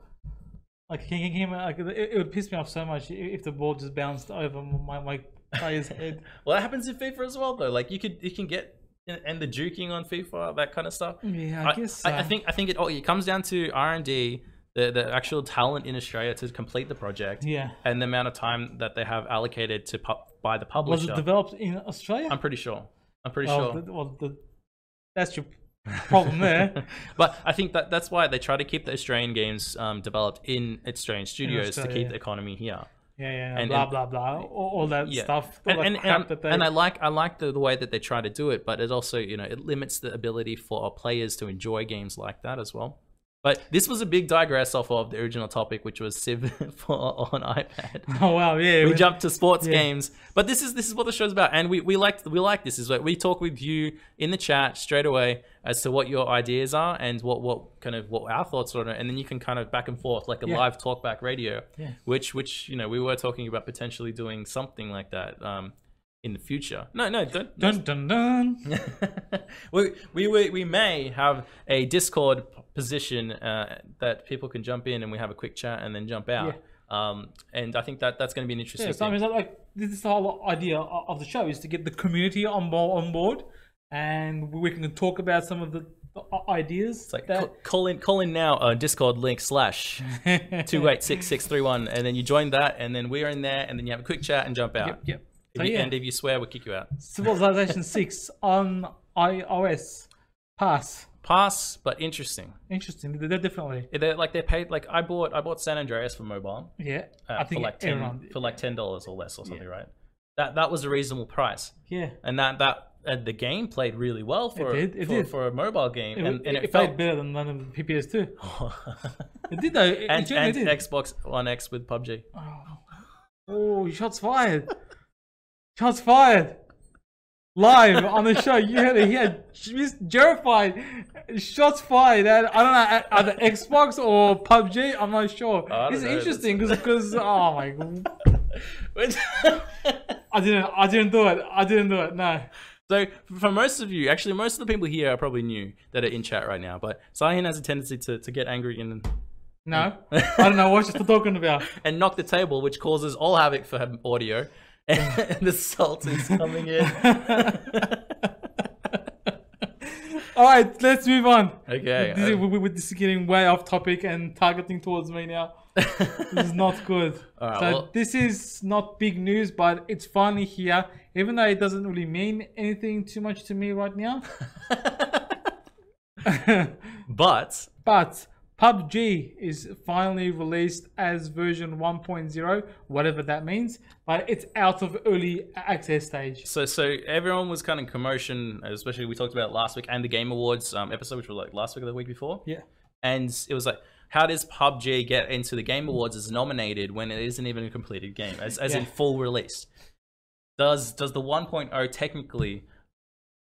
Speaker 1: Like, can, can, can, like it, it would piss me off so much i- if the ball just bounced over my my player's head.
Speaker 2: Well, that happens in FIFA as well, though. Like you could you can get and and the juking on FIFA, that kind of stuff.
Speaker 1: Yeah, I, guess. uh,
Speaker 2: I, I think I think it all it comes down to R and D, the the actual talent in Australia to complete the project,
Speaker 1: Yeah.
Speaker 2: and the amount of time that they have allocated to pu- by the
Speaker 1: Was
Speaker 2: publisher.
Speaker 1: it developed in Australia?
Speaker 2: I'm pretty sure. I'm pretty
Speaker 1: well,
Speaker 2: sure.
Speaker 1: the- well, the- that's your problem there.
Speaker 2: but I think that that's why they try to keep the Australian games um, developed in Australian studios to
Speaker 1: Australia,
Speaker 2: keep
Speaker 1: yeah.
Speaker 2: the economy here.
Speaker 1: Yeah, yeah,
Speaker 2: And-
Speaker 1: blah
Speaker 2: and-
Speaker 1: blah blah, all, all that
Speaker 2: Yeah.
Speaker 1: stuff, all
Speaker 2: And,
Speaker 1: that
Speaker 2: and,
Speaker 1: crap
Speaker 2: and,
Speaker 1: that they.
Speaker 2: and I like I like the, the way that they try to do it, but it also you know it limits the ability for our players to enjoy games like that as well. But this was a big digress off of the original topic, which was Civ 4 on iPad.
Speaker 1: oh wow, yeah.
Speaker 2: we
Speaker 1: when-
Speaker 2: jump to sports
Speaker 1: yeah.
Speaker 2: games but this is this is what the show's about and we we like we like this is like we talk with you in the chat straight away as to what your ideas are and what what kind of what our thoughts are on it and then you can kind of back and forth like a
Speaker 1: Yeah.
Speaker 2: live talk back radio
Speaker 1: Yeah.
Speaker 2: which which you know we were talking about potentially doing something like that um in the future no no don't
Speaker 1: Dun dun dun.
Speaker 2: we, we we we may have a Discord p- position uh, that people can jump in and we have a quick chat and then jump out. Um, and I think that that's going to be an interesting.
Speaker 1: Yeah, so I
Speaker 2: thing.
Speaker 1: mean, like, like this is the whole idea o- of the show is to get the community on board, on board, and we can talk about some of the, the i- ideas.
Speaker 2: It's like
Speaker 1: that,
Speaker 2: ca- call in, call in now. Uh, Discord link slash two eight six six three one, and then you join that, and then we're in there, and then you have a quick chat and jump out.
Speaker 1: yep, yep.
Speaker 2: If
Speaker 1: So
Speaker 2: you,
Speaker 1: yeah,
Speaker 2: And if you swear, we'll kick you out.
Speaker 1: Civilization Six on iOS. Pass.
Speaker 2: Pass, but interesting.
Speaker 1: Interesting. They're definitely.
Speaker 2: They're like they're paid. Like I bought, I bought San Andreas for mobile
Speaker 1: Yeah.
Speaker 2: uh,
Speaker 1: I think
Speaker 2: for like ten
Speaker 1: everyone.
Speaker 2: for like ten dollars or less or something, right? That that was a reasonable price,
Speaker 1: yeah.
Speaker 2: and that that and the game played really well for
Speaker 1: It did, it
Speaker 2: for,
Speaker 1: did.
Speaker 2: for a mobile game,
Speaker 1: It,
Speaker 2: and, and it,
Speaker 1: felt,
Speaker 2: felt.
Speaker 1: better than none of the PPS2. It did though. It,
Speaker 2: and
Speaker 1: it generally did.
Speaker 2: and Xbox One X with PUBG.
Speaker 1: Oh, shots fired. shots fired. Live on the show, you heard it here. Miss Terrified. Shots fired at, I don't know, at, at the Xbox or PUBG. I'm not sure.
Speaker 2: I don't
Speaker 1: It's
Speaker 2: know, that's-
Speaker 1: interesting because, oh my, I didn't. I didn't do it. I didn't do it. No.
Speaker 2: So for most of you, actually, most of the people here are probably new that are in chat right now. But Sahin has a tendency to, to get angry and
Speaker 1: No. I don't know what you're talking about.
Speaker 2: and knock the table, which causes all havoc for him- audio. And the salt is coming in.
Speaker 1: All right, let's move on.
Speaker 2: okay.
Speaker 1: This, is
Speaker 2: um,
Speaker 1: we, we- this is getting way off topic and targeting towards me now. This is not good.
Speaker 2: All right,
Speaker 1: so
Speaker 2: well-
Speaker 1: this is not big news, but it's finally here. Even though it doesn't really mean anything too much to me right now.
Speaker 2: but
Speaker 1: But PUBG is finally released as version 1.0, whatever that means. But it's out of early access stage.
Speaker 2: so so everyone was kind of commotion, especially we talked about it last week and the Game Awards um, episode, which was like last week or the week before.
Speaker 1: Yeah.
Speaker 2: And it was like, how does PUBG get into the Game Awards as nominated when it isn't even a completed game, as, as in
Speaker 1: Yeah.
Speaker 2: full release? Does does the 1.0 technically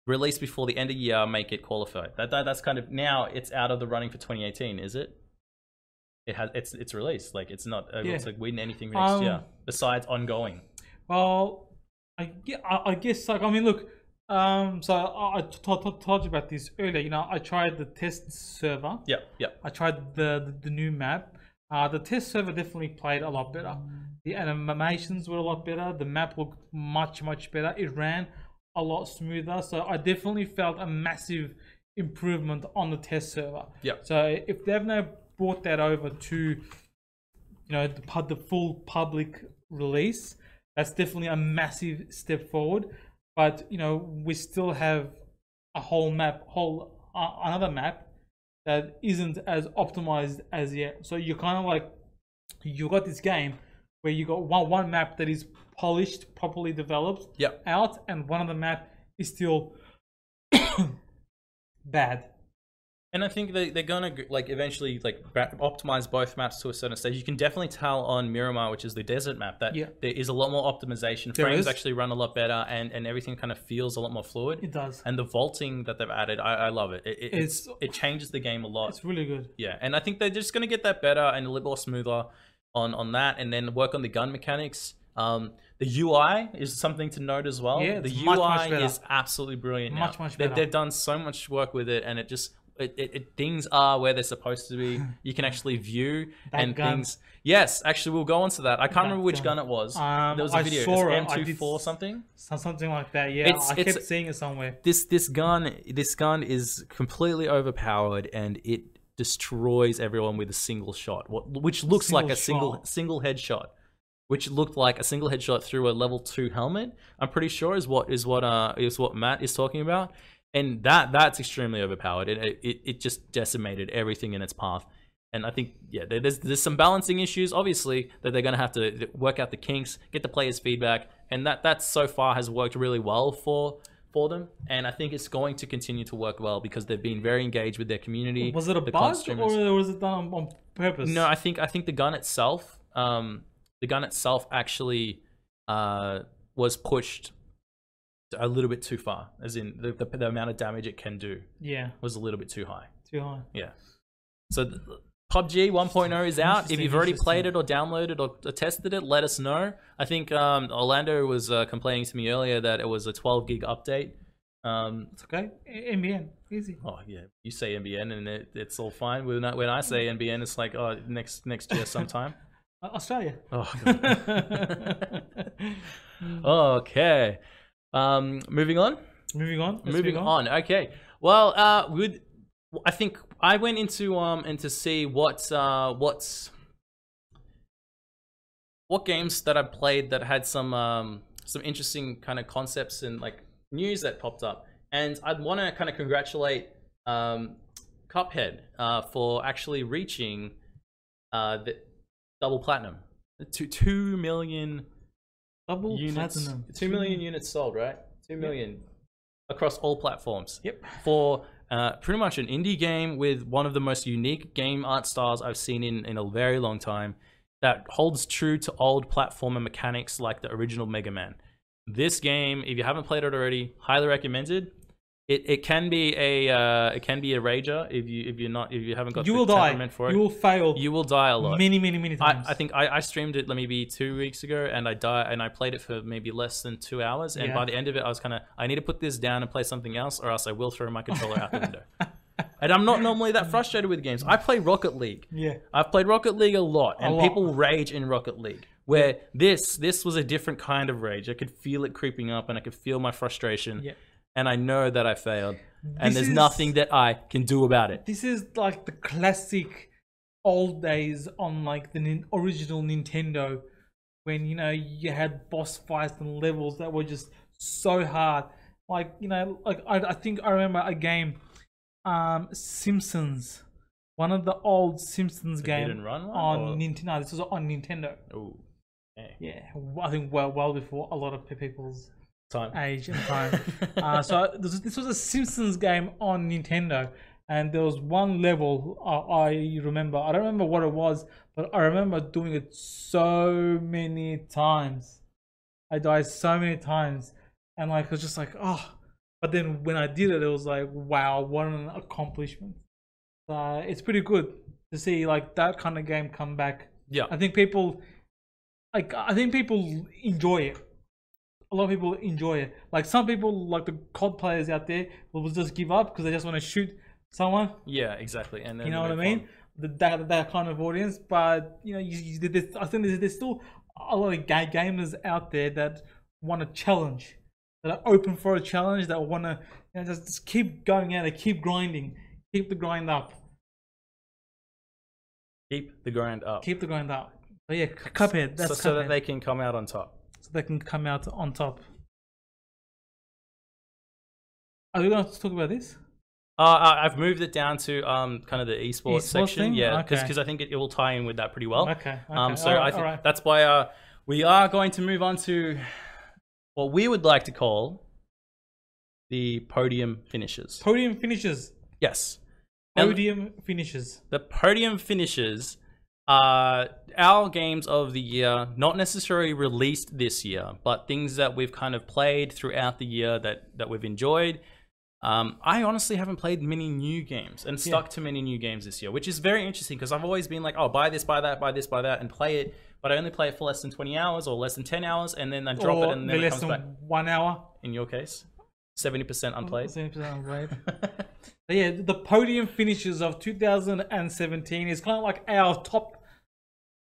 Speaker 2: release before the end of year make it qualified? That, that that's kind of now it's out of the running for 2018, is it? It has it's it's released like it's not able
Speaker 1: Yeah.
Speaker 2: to win anything for next
Speaker 1: Um,
Speaker 2: year besides ongoing.
Speaker 1: Well, I, ge- I, I guess like I mean, look. Um, so I, I t- t- t- told you about this earlier. You know, I tried the test server.
Speaker 2: Yeah, yeah,
Speaker 1: I tried the, the, the new map. Uh, the test server definitely played a lot better. The animations were a lot better. The map looked much, much better. It ran a lot smoother. So I definitely felt a massive improvement on the test server.
Speaker 2: Yeah.
Speaker 1: So if they've now brought that over to, you know, the, pub- the full public release, that's definitely a massive step forward. But, you know, we still have a whole map, whole uh, another map that isn't as optimized as yet. So you're kind of like you got this game where you got one one map that is polished, properly developed,
Speaker 2: Yep.
Speaker 1: out, and one of the map is still bad.
Speaker 2: And I think they, they're gonna like eventually like ba- optimize both maps to a certain stage. You can definitely tell on Miramar, which is the desert map, that
Speaker 1: Yeah.
Speaker 2: there is a lot more optimization.
Speaker 1: There
Speaker 2: Frames
Speaker 1: is.
Speaker 2: actually run a lot better, and, and everything kind of feels a lot more fluid.
Speaker 1: It does.
Speaker 2: And the vaulting that they've added, I, I love it. It it, it's,
Speaker 1: It's-
Speaker 2: it changes the game a lot.
Speaker 1: It's really good.
Speaker 2: yeah, and I think they're just gonna get that better and a little more smoother on on that, and then work on the gun mechanics. Um, the UI is something to note as well.
Speaker 1: Yeah,
Speaker 2: the
Speaker 1: it's
Speaker 2: UI
Speaker 1: much, much better.
Speaker 2: is absolutely brilliant. now.
Speaker 1: Much, much
Speaker 2: They-
Speaker 1: better.
Speaker 2: They've done so much work with it, and it just it, it, it things are where they're supposed to be. You can actually view
Speaker 1: That
Speaker 2: and
Speaker 1: gun.
Speaker 2: things. Yes, actually, we'll go on to that. I can't
Speaker 1: That
Speaker 2: remember which
Speaker 1: gun.
Speaker 2: gun it was.
Speaker 1: Um,
Speaker 2: there was a
Speaker 1: I
Speaker 2: video.
Speaker 1: saw it.
Speaker 2: It's
Speaker 1: I
Speaker 2: M24
Speaker 1: did s-
Speaker 2: something.
Speaker 1: So- Something like that. Yeah,
Speaker 2: It's-
Speaker 1: I
Speaker 2: it's-
Speaker 1: kept seeing it somewhere.
Speaker 2: This this gun this gun is completely overpowered, and it destroys everyone with a single shot. What which looks like
Speaker 1: Single
Speaker 2: a single
Speaker 1: shot.
Speaker 2: single headshot. which looked like a single headshot through a level two helmet. I'm pretty sure is what is what uh is what Matt is talking about, and that that's extremely overpowered. It it, it just decimated everything in its path. And I think yeah, there- there's there's some balancing issues obviously that they're gonna have to work out the kinks, get the players' feedback, and that that so far has worked really well for for them. And I think it's going to continue to work well because they've been very engaged with their community.
Speaker 1: Was it a
Speaker 2: the
Speaker 1: bug
Speaker 2: content streamers.
Speaker 1: or was it done on, on purpose?
Speaker 2: No, I think I think the gun itself, um, the gun itself actually uh, was pushed a little bit too far, as in the, the, the amount of damage it can do
Speaker 1: Yeah,
Speaker 2: was a little bit too high.
Speaker 1: too high.
Speaker 2: Yeah. So th- PUBG 1.0 is out. If
Speaker 1: Interesting,
Speaker 2: you've already
Speaker 1: interesting.
Speaker 2: played it or downloaded or or tested it, let us know. I think um, Orlando was uh, complaining to me earlier that it was a 12 gig update. Um,
Speaker 1: It's okay. A- NBN, easy.
Speaker 2: Oh yeah, you say NBN and it, it's all fine. When I, when I say NBN, it's like oh next next year sometime.
Speaker 1: Uh, Australia.
Speaker 2: Oh, God. okay. Um, moving on.
Speaker 1: Moving on. let's
Speaker 2: moving
Speaker 1: move
Speaker 2: on. Okay. Well, uh, would I think I went into um and to see what uh what's what games that I played that had some um some interesting kind of concepts and like news that popped up, and I'd want to kind of congratulate um Cuphead uh for actually reaching uh the double platinum, two two million
Speaker 1: Double
Speaker 2: units,
Speaker 1: platinum.
Speaker 2: two million units sold, right? Two million across all platforms.
Speaker 1: Yep.
Speaker 2: For uh, pretty much an indie game with one of the most unique game art styles I've seen in, in a very long time that holds true to old platformer mechanics like the original Mega Man. This game, if you haven't played it already, highly recommended. It, it can be a uh, it can be a rager if you if you're not if you haven't got
Speaker 1: you
Speaker 2: the
Speaker 1: will die.
Speaker 2: temperament for it.
Speaker 1: You will fail
Speaker 2: You will die a lot.
Speaker 1: many, many, many
Speaker 2: I,
Speaker 1: times.
Speaker 2: I think I, I streamed it like maybe two weeks ago and I died and I played it for maybe less than two hours and
Speaker 1: Yeah.
Speaker 2: by the end of it I was kind of I need to put this down and play something else or else I will throw my controller out the window. And I'm not normally that frustrated with games. I play Rocket League.
Speaker 1: Yeah.
Speaker 2: I've played Rocket League a lot, and
Speaker 1: lot.
Speaker 2: people rage in Rocket League. Where this this was a different kind of rage. I could feel it creeping up, and I could feel my frustration.
Speaker 1: Yeah.
Speaker 2: And I know that I failed, and
Speaker 1: This
Speaker 2: there's
Speaker 1: is-
Speaker 2: nothing that I can do about it.
Speaker 1: This is like the classic old days on like the nin- original Nintendo when you know you had boss fights and levels that were just so hard. Like you know, like I, I think I remember a game, um, Simpsons, one of the old Simpsons
Speaker 2: hit
Speaker 1: game
Speaker 2: and run one,
Speaker 1: on
Speaker 2: or-
Speaker 1: Nintendo. This was on Nintendo.
Speaker 2: Ooh,
Speaker 1: Yeah, I think well, well before a lot of people's
Speaker 2: time.
Speaker 1: age and time. uh, so this, was- this was a Simpsons game on Nintendo, and there was one level uh, I remember. I don't remember what it was, but I remember doing it so many times. I died so many times, and like I was just like, oh. But then when I did it, it was like, wow, what an accomplishment! Uh, it's pretty good to see like that kind of game come back.
Speaker 2: yeah,
Speaker 1: I think people like I think people enjoy it. A lot of people enjoy it. Like some people, like the COD players out there, will just give up because they just want to shoot someone.
Speaker 2: yeah, exactly. And then
Speaker 1: You know
Speaker 2: we
Speaker 1: what I
Speaker 2: move
Speaker 1: mean?
Speaker 2: on.
Speaker 1: The, that that kind of audience. But you know, you, you, there's, I think there's, there's still a lot of gay gamers out there that want a challenge, that are open for a challenge, that want to you know, just, just keep going at it, keep grinding, keep the grind up,
Speaker 2: Keep the grind up,
Speaker 1: keep the grind up. But yeah, Cuphead.
Speaker 2: so,
Speaker 1: That's
Speaker 2: so that
Speaker 1: Cuphead.
Speaker 2: they can come out on top.
Speaker 1: so they can come out on top. Are we going to talk about this?
Speaker 2: Uh, I- I've moved it down to um, kind of the esports,
Speaker 1: Esports
Speaker 2: section,
Speaker 1: thing?
Speaker 2: yeah, because
Speaker 1: Okay.
Speaker 2: I think it, it will tie in with that pretty well.
Speaker 1: Okay, okay.
Speaker 2: Um, so
Speaker 1: Alright,
Speaker 2: I think
Speaker 1: alright.
Speaker 2: that's why uh, we are going to move on to what we would like to call the podium finishes.
Speaker 1: Podium finishes.
Speaker 2: yes, And
Speaker 1: Podium finishes.
Speaker 2: the podium finishes are our games of the year, not necessarily released this year, but things that we've kind of played throughout the year that that we've enjoyed. Um, I honestly haven't played many new games and stuck to many new games this year, which is very interesting because I've always been like, oh, buy this, buy that, buy this, buy that, and play it. But I only play it for less than 20 hours or less than 10 hours, and then I drop
Speaker 1: or
Speaker 2: it and
Speaker 1: the
Speaker 2: then it
Speaker 1: less
Speaker 2: comes
Speaker 1: than
Speaker 2: back.
Speaker 1: one hour.
Speaker 2: In your case, 70% unplayed.
Speaker 1: Same percent unplayed. But yeah, the podium finishes of 2017 is kind of like our top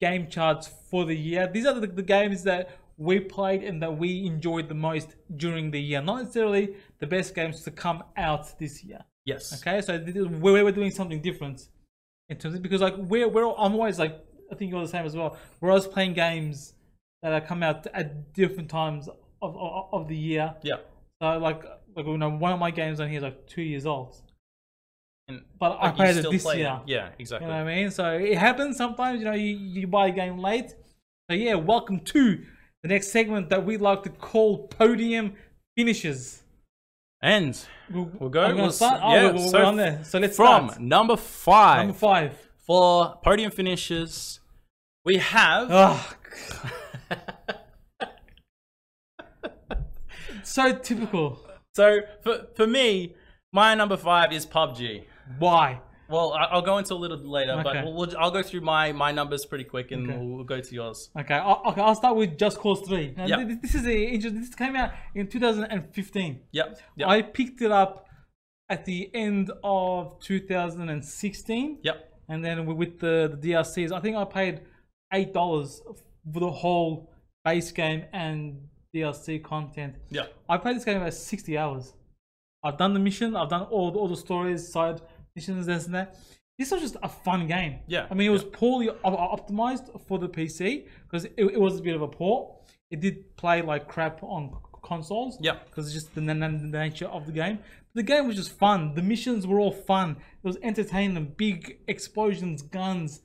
Speaker 1: game charts for the year. These are the, the games that we played and that we enjoyed the most during the year. Not necessarily the best games to come out this year.
Speaker 2: yes.
Speaker 1: Okay, so this is- we're, we're doing something different in terms of because like we're we're I'm always like I think you're the same as well. We're always playing games that are come out at different times of of, of the year.
Speaker 2: Yeah.
Speaker 1: So like like you know one of my games on here is like two years old.
Speaker 2: And,
Speaker 1: But I
Speaker 2: like, you
Speaker 1: played it
Speaker 2: still
Speaker 1: this
Speaker 2: play
Speaker 1: year.
Speaker 2: Yeah, exactly.
Speaker 1: You know what I mean? So it happens sometimes. You know, you, you buy a game late. So yeah, welcome to the next segment that we like to call podium finishes.
Speaker 2: And
Speaker 1: We'll,
Speaker 2: We'll go.
Speaker 1: I'm gonna
Speaker 2: we'll s-
Speaker 1: start.
Speaker 2: yeah,
Speaker 1: oh, we're, we're
Speaker 2: so
Speaker 1: on there. So let's
Speaker 2: From
Speaker 1: start.
Speaker 2: number five
Speaker 1: Number five.
Speaker 2: for podium finishes, we have
Speaker 1: Ugh. so typical.
Speaker 2: so for for me, my number five is PUBG.
Speaker 1: Why?
Speaker 2: Well, I- I'll go into a little later, but
Speaker 1: Okay.
Speaker 2: we'll, we'll, I'll go through my my numbers pretty quick, and
Speaker 1: Okay.
Speaker 2: we'll, we'll go to yours.
Speaker 1: Okay, I'll, okay, I'll start with Just Cause 3. Now,
Speaker 2: Yeah.
Speaker 1: th- This is a interesting. This came out in 2015.
Speaker 2: Yep. Yep.
Speaker 1: I picked it up at the end of 2016.
Speaker 2: yep.
Speaker 1: And then wi- with the, the DLCs, I think I paid $8 for the whole base game and DLC content.
Speaker 2: Yep.
Speaker 1: I played this game about 60 hours. I've done the mission, I've done all all the stories, side missions, this and that. This was just a fun game.
Speaker 2: Yeah,
Speaker 1: I mean, it was poorly op- op- optimized for the PC because it, it was a bit of a port. It did play like crap on c- consoles.
Speaker 2: Yeah.
Speaker 1: Because it's just the, na- na- the nature of the game. The game was just fun. The missions were all fun. It was entertaining. Big explosions, guns,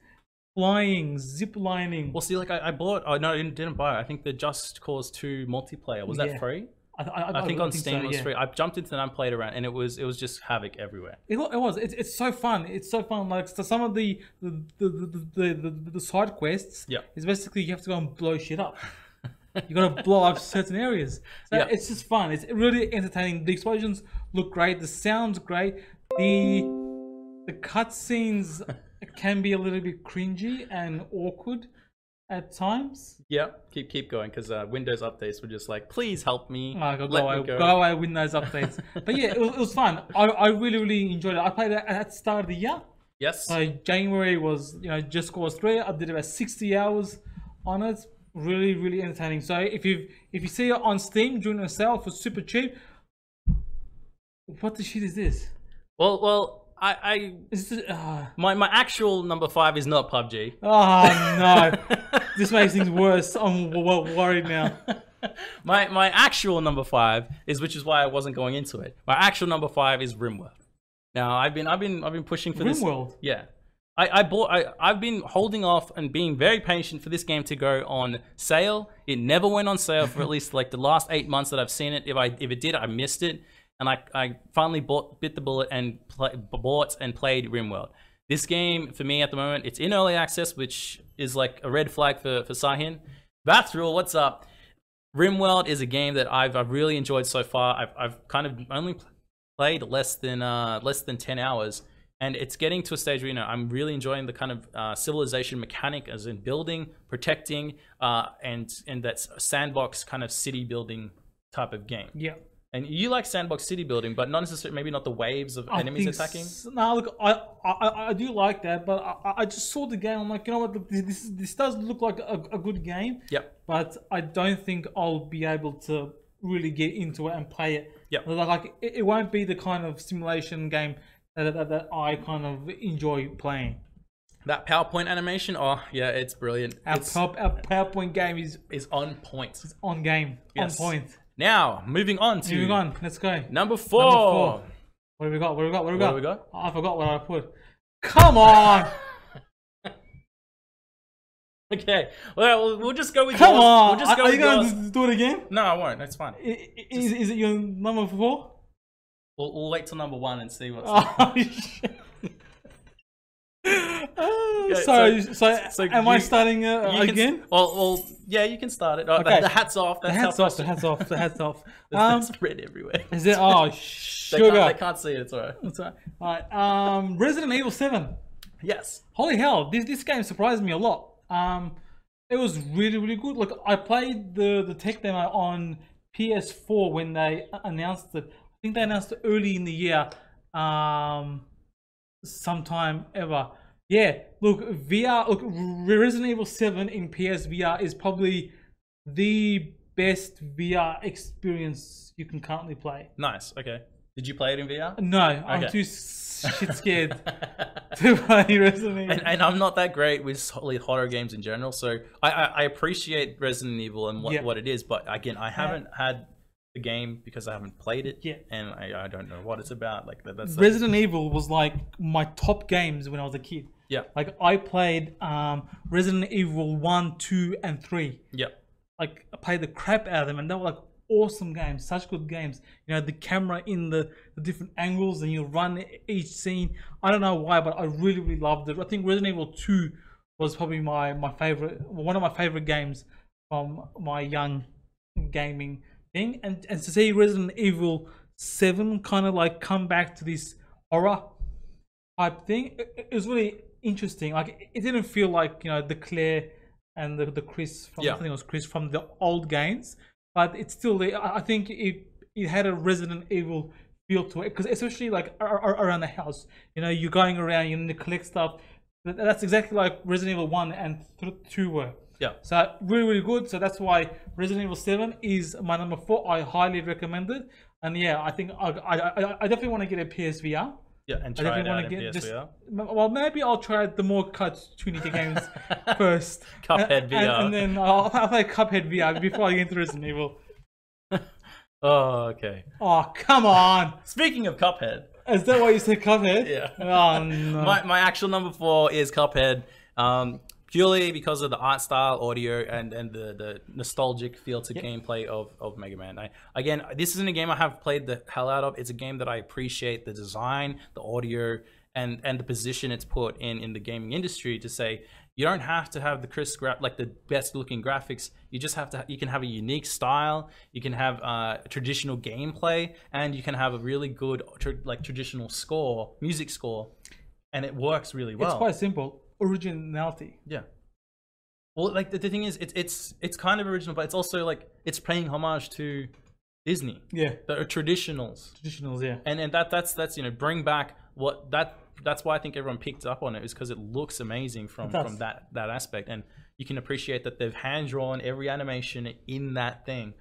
Speaker 1: flying, zip lining.
Speaker 2: Well, see, like I, I bought. Oh no, I didn't, didn't buy. it. I think the Just Cause Two multiplayer was that
Speaker 1: Yeah.
Speaker 2: free?
Speaker 1: I,
Speaker 2: I, think on Steam
Speaker 1: so,
Speaker 2: it was
Speaker 1: yeah.
Speaker 2: free. I jumped into that and played around, and it was it was just havoc everywhere.
Speaker 1: It, wa- it was. It's, it's so fun. It's so fun. Like so some of the the the the, the, the, the side quests.
Speaker 2: Yeah.
Speaker 1: Is basically you have to go and blow shit up. you got to blow up certain areas. So
Speaker 2: Yeah.
Speaker 1: it's just fun. It's really entertaining. The explosions look great. The sounds great. The the cutscenes can be a little bit cringy and awkward at times.
Speaker 2: Yep, keep keep going because uh, Windows updates were just like, please help me.
Speaker 1: Like, Ah, go,
Speaker 2: let
Speaker 1: away,
Speaker 2: me
Speaker 1: go.
Speaker 2: Oh, go.
Speaker 1: away, Windows updates. but yeah, it was, it was fun. I, I really really enjoyed it. I played it at the start of the year.
Speaker 2: Yes.
Speaker 1: So Uh, January was, you know, just cause three. I did about sixty hours on it. Really, really entertaining. So if you if you see it on Steam during a sale for super cheap, what the shit is this?
Speaker 2: well, well, I, I
Speaker 1: Is this uh,
Speaker 2: my my actual number five is not PUBG.
Speaker 1: oh no, this makes things worse. I'm w- w- worried now.
Speaker 2: My my actual number five is, which is why I wasn't going into it. My actual number five is RimWorld. Now I've been I've been I've been pushing for this.
Speaker 1: RimWorld?
Speaker 2: Yeah, I I bought I I've been holding off and being very patient for this game to go on sale. It never went on sale for at least like the last eight months that I've seen it. If I if it did, I missed it. And I I finally bought bit the bullet and play, bought and played RimWorld. This game for me at the moment, it's in early access, which is like a red flag for for Sahin. Bathrool, what's up? RimWorld is a game that I've, I've really enjoyed so far. I've, I've kind of only pl- played less than uh, less than ten hours, and it's getting to a stage where you know I'm really enjoying the kind of uh, civilization mechanic, as in building, protecting, uh, and and that s- sandbox kind of city building type of game.
Speaker 1: Yeah.
Speaker 2: And you like sandbox city building, but not necessarily maybe not the waves of
Speaker 1: I
Speaker 2: enemies
Speaker 1: think
Speaker 2: attacking.
Speaker 1: s- No, look, I, I I- I do like that, but I, I- I just saw the game. I'm like, you know what? Look, this this, this does look like a, a good game.
Speaker 2: Yep.
Speaker 1: but I don't think I'll be able to really get into it and play it.
Speaker 2: Yep.
Speaker 1: Like, like, it, it won't be the kind of simulation game that, that, that I kind of enjoy playing.
Speaker 2: That PowerPoint animation, oh yeah, it's brilliant.
Speaker 1: Our,
Speaker 2: It's,
Speaker 1: pow- our PowerPoint game is
Speaker 2: it's on point.
Speaker 1: on game,
Speaker 2: Yes.
Speaker 1: on point.
Speaker 2: Now moving on to
Speaker 1: Moving on, let's go.
Speaker 2: number four.
Speaker 1: Number four. What have we got? What have we got? What have we got?
Speaker 2: What have
Speaker 1: I forgot what I put. Come on!
Speaker 2: Okay. Well, we'll- we'll just go with
Speaker 1: Come
Speaker 2: yours.
Speaker 1: on!
Speaker 2: We'll just go
Speaker 1: Are
Speaker 2: with
Speaker 1: you going
Speaker 2: yours.
Speaker 1: to do it again?
Speaker 2: No, I won't. That's fine.
Speaker 1: I- i- Is, is it your number four?
Speaker 2: We'll, we'll wait till number one and see what's.
Speaker 1: Oh, shit. Oh,
Speaker 2: Yeah,
Speaker 1: so,
Speaker 2: so-
Speaker 1: so,
Speaker 2: so
Speaker 1: am I
Speaker 2: you-
Speaker 1: starting uh,
Speaker 2: You can-
Speaker 1: again?
Speaker 2: well, well, yeah, you can start it. Oh, the-
Speaker 1: Okay.
Speaker 2: the, hat's off. That's
Speaker 1: the hat's
Speaker 2: how
Speaker 1: off. The hat's off. The hat's off. Um,
Speaker 2: That's spread everywhere.
Speaker 1: is it? Oh,
Speaker 2: They can't,
Speaker 1: sugar.
Speaker 2: they can't see it. It's alright.
Speaker 1: That's all right. All right. Um, Resident Evil Seven.
Speaker 2: Yes.
Speaker 1: Holy hell! This this game surprised me a lot. Um, it was really really good. Like I played the the tech demo on PS4 when they a- announced it. I think they announced it early in the year. Um, sometime ever. Yeah, look, VR, look, Re- Resident Evil 7 in PSVR is probably the best VR experience you can currently play.
Speaker 2: Nice. Okay. Did you play it in VR?
Speaker 1: No, I'm
Speaker 2: Okay.
Speaker 1: too s- shit scared to play Resident
Speaker 2: And,
Speaker 1: Evil.
Speaker 2: and I'm not that great with solid horror games in general, so I, I, I appreciate Resident Evil and what,
Speaker 1: Yeah.
Speaker 2: what it is, but again, I haven't had the game because I haven't played it,
Speaker 1: Yeah.
Speaker 2: and I, I don't know what it's about. Like that, that's a,
Speaker 1: Resident Evil was like my top games when I was a kid.
Speaker 2: yeah,
Speaker 1: Like I played um, Resident Evil 1, 2, and 3.
Speaker 2: yeah.
Speaker 1: like I played the crap out of them, and they were like awesome games, such good games. You know, the camera in the, the different angles, and you run each scene. I don't know why, but I really really loved it. I think Resident Evil Two was probably my my favorite, one of my favorite games from my young gaming thing, and and to see Resident Evil Seven kind of like come back to this horror type thing. It, it was really interesting. Like it didn't feel like you know the Claire and the, the Chris from
Speaker 2: Yeah.
Speaker 1: I think it was Chris from the old games, but it's still the I I think it it had a Resident Evil feel to it because especially like ar- ar- around the house, you know, you're going around, you need to collect stuff. That- That's exactly like Resident Evil One and th- Two were.
Speaker 2: Yeah.
Speaker 1: So really, really good. So that's why Resident Evil Seven is my number four. I highly recommend it. And yeah, I think I I, I- I definitely want to get a PSVR.
Speaker 2: Yeah, and
Speaker 1: I
Speaker 2: try it
Speaker 1: definitely
Speaker 2: out
Speaker 1: want
Speaker 2: in
Speaker 1: to get just.
Speaker 2: PSVR.
Speaker 1: m- Well, maybe I'll try the more cartoony games first.
Speaker 2: Cuphead
Speaker 1: and,
Speaker 2: VR.
Speaker 1: and, and then I'll, I'll play Cuphead VR before I get into Resident Evil.
Speaker 2: Oh, okay.
Speaker 1: Oh come on!
Speaker 2: Speaking of Cuphead,
Speaker 1: Is that why you said Cuphead?
Speaker 2: Yeah.
Speaker 1: Oh no.
Speaker 2: my, my actual number four is Cuphead, um, purely because of the art style, audio, and, and the, the nostalgic feel to gameplay of, of Mega Man. I, again, this isn't a game I have played the hell out of. It's a game that I appreciate the design, the audio, and, and the position it's put in in the gaming industry to say You don't have to have the crisp gra- like the best looking graphics. You just have to. You can have a unique style. You can have uh, traditional gameplay, and you can have a really good tr like traditional score, music score, and it works really well.
Speaker 1: It's quite simple. Originality.
Speaker 2: Yeah. Well, like the, the thing is, it's it's it's kind of original, but it's also like it's paying homage to Disney,
Speaker 1: Yeah.
Speaker 2: the uh, traditionals,
Speaker 1: Traditionals, yeah.
Speaker 2: and and that that's that's you know bring back what that that's why I think everyone picked up on it is because it looks amazing from
Speaker 1: It does.
Speaker 2: from that that aspect, and you can appreciate that they've hand drawn every animation in that thing,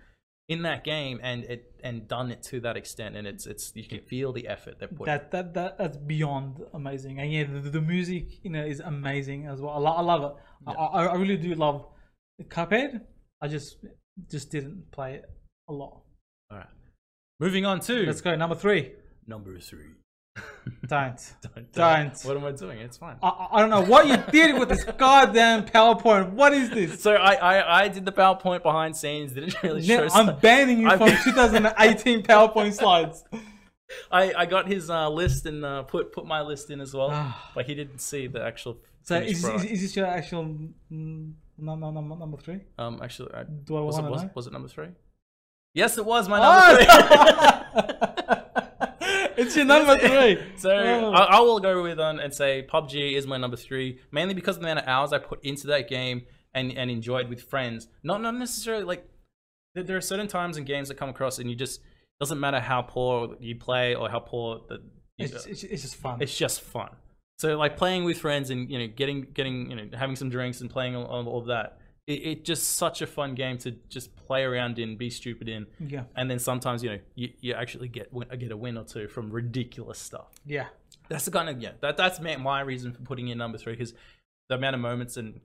Speaker 2: in that game, and it and done it to that extent, and it's it's you can feel the effort they're putting.
Speaker 1: That, that that that's beyond amazing, and yeah, the, the music you know is amazing as well. I, lo- I love it. I I, I really do love Cuphead. I just just didn't play it a lot.
Speaker 2: All right, moving on to
Speaker 1: Let's go number three.
Speaker 2: number three.
Speaker 1: Don't.
Speaker 2: Don't-
Speaker 1: Don't.
Speaker 2: uh, What am I doing? It's fine.
Speaker 1: I- I, I don't know what you did with this goddamn PowerPoint. What is this?
Speaker 2: So I, I, I did the PowerPoint behind scenes. Didn't really show.
Speaker 1: Now, I'm banning you
Speaker 2: I'm-
Speaker 1: from 2018 PowerPoint slides.
Speaker 2: I, I got his uh, list and uh, put put my list in as well,
Speaker 1: Ah.
Speaker 2: but he didn't see the actual.
Speaker 1: So
Speaker 2: finished
Speaker 1: is, is,
Speaker 2: product.
Speaker 1: is this your actual mm, no, no, number number three?
Speaker 2: um actually I,
Speaker 1: Do I
Speaker 2: was, it,
Speaker 1: wanna
Speaker 2: was,
Speaker 1: know? Ah!
Speaker 2: was it number three? Yes, it was my number
Speaker 1: Oh! it's your number three.
Speaker 2: three. So
Speaker 1: Oh.
Speaker 2: I, I will go with on and say PUBG is my number three, mainly because of the amount of hours I put into that game and and enjoyed with friends. Not not necessarily like there, there are certain times in games that come across and you just doesn't matter how poor you play or how poor the you-
Speaker 1: it's, it's, it's just fun.
Speaker 2: it's just fun. So like playing with friends and you know getting getting you know having some drinks and playing all, all of that. It, it just such a fun game to just play around in, be stupid in,
Speaker 1: yeah,
Speaker 2: and then sometimes you know you, you actually get win- get a win or two from ridiculous stuff.
Speaker 1: yeah.
Speaker 2: That's the kind of yeah that that's ma- my reason for putting in number three because the amount of moments and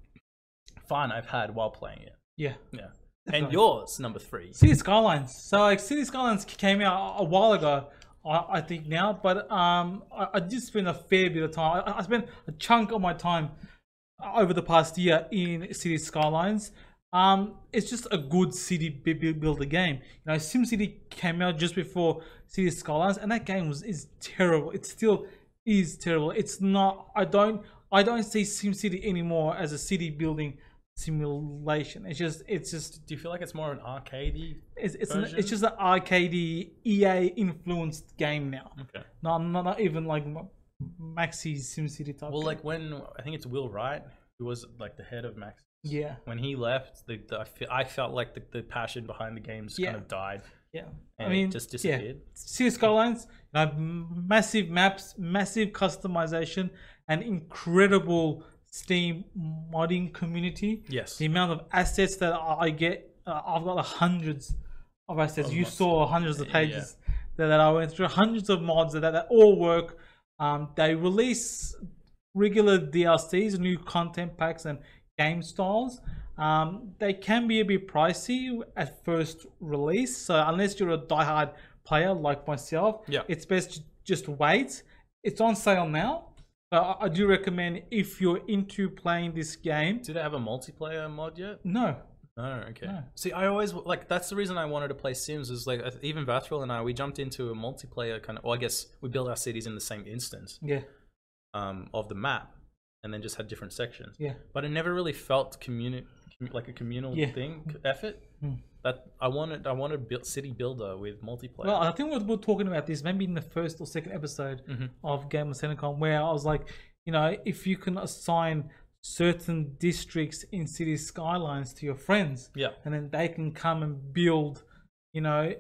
Speaker 2: fun I've had while playing it.
Speaker 1: Yeah.
Speaker 2: Yeah, and
Speaker 1: Definitely.
Speaker 2: yours number three.
Speaker 1: City Skylines. So like City Skylines came out a while ago, I, I think now. But um, I, I did spend a fair bit of time. I, I spent a chunk of my time over the past year in City Skylines. Um, it's just a good city bu- bu- builder game. You know, SimCity came out just before City Skylines, and that game was is terrible. It still is terrible. It's not. I don't. I don't see SimCity anymore as a city building simulation. It's just. It's just
Speaker 2: Do you feel like it's more an arcadey?
Speaker 1: it's it's, an,
Speaker 2: version?
Speaker 1: it's just an arcadey EA influenced game now.
Speaker 2: Okay.
Speaker 1: No, not, not even like m- maxi SimCity type.
Speaker 2: Well,
Speaker 1: game.
Speaker 2: like when I think it's Will Wright who was like the head of Max
Speaker 1: yeah,
Speaker 2: when he left, the, the I, fe- I felt like the, the passion behind the game just
Speaker 1: Yeah.
Speaker 2: kind of died.
Speaker 1: yeah. I
Speaker 2: And it
Speaker 1: mean,
Speaker 2: just
Speaker 1: Yeah.
Speaker 2: disappeared.
Speaker 1: City Skylines, you know, m- massive maps, massive customization, and incredible Steam modding community.
Speaker 2: Yes.
Speaker 1: The amount of assets that I I get, uh, I've got hundreds of assets. you
Speaker 2: lots.
Speaker 1: saw hundreds of
Speaker 2: Yeah, yeah.
Speaker 1: pages that, that I went through, hundreds of mods that, that all work. Um, they release regular DLCs, new content packs, and game styles. Um, they can be a bit pricey at first release, so unless you're a diehard player like myself,
Speaker 2: Yeah.
Speaker 1: it's best to just wait. It's on sale now, but I, I do recommend if you're into playing this game.
Speaker 2: Do they have a multiplayer mod yet?
Speaker 1: No,
Speaker 2: No. Oh, Okay. See, I always like that's the reason I wanted to play Sims is like I- even Vatril and I we jumped into a multiplayer kind of. Well, I guess we built our cities in the same instance
Speaker 1: yeah,
Speaker 2: um, of the map, and then just had different sections.
Speaker 1: yeah.
Speaker 2: But it never really felt communi- commu- like a communal
Speaker 1: Yeah.
Speaker 2: thing c- effort.
Speaker 1: Mm.
Speaker 2: That I wanted, I wanted build, city builder with multiplayer.
Speaker 1: Well, I think we we're talking about this maybe in the first or second episode of Game of Senecon, where I was like, you know, if you can assign certain districts in city skylines to your friends,
Speaker 2: yeah.
Speaker 1: and then they can come and build, you know,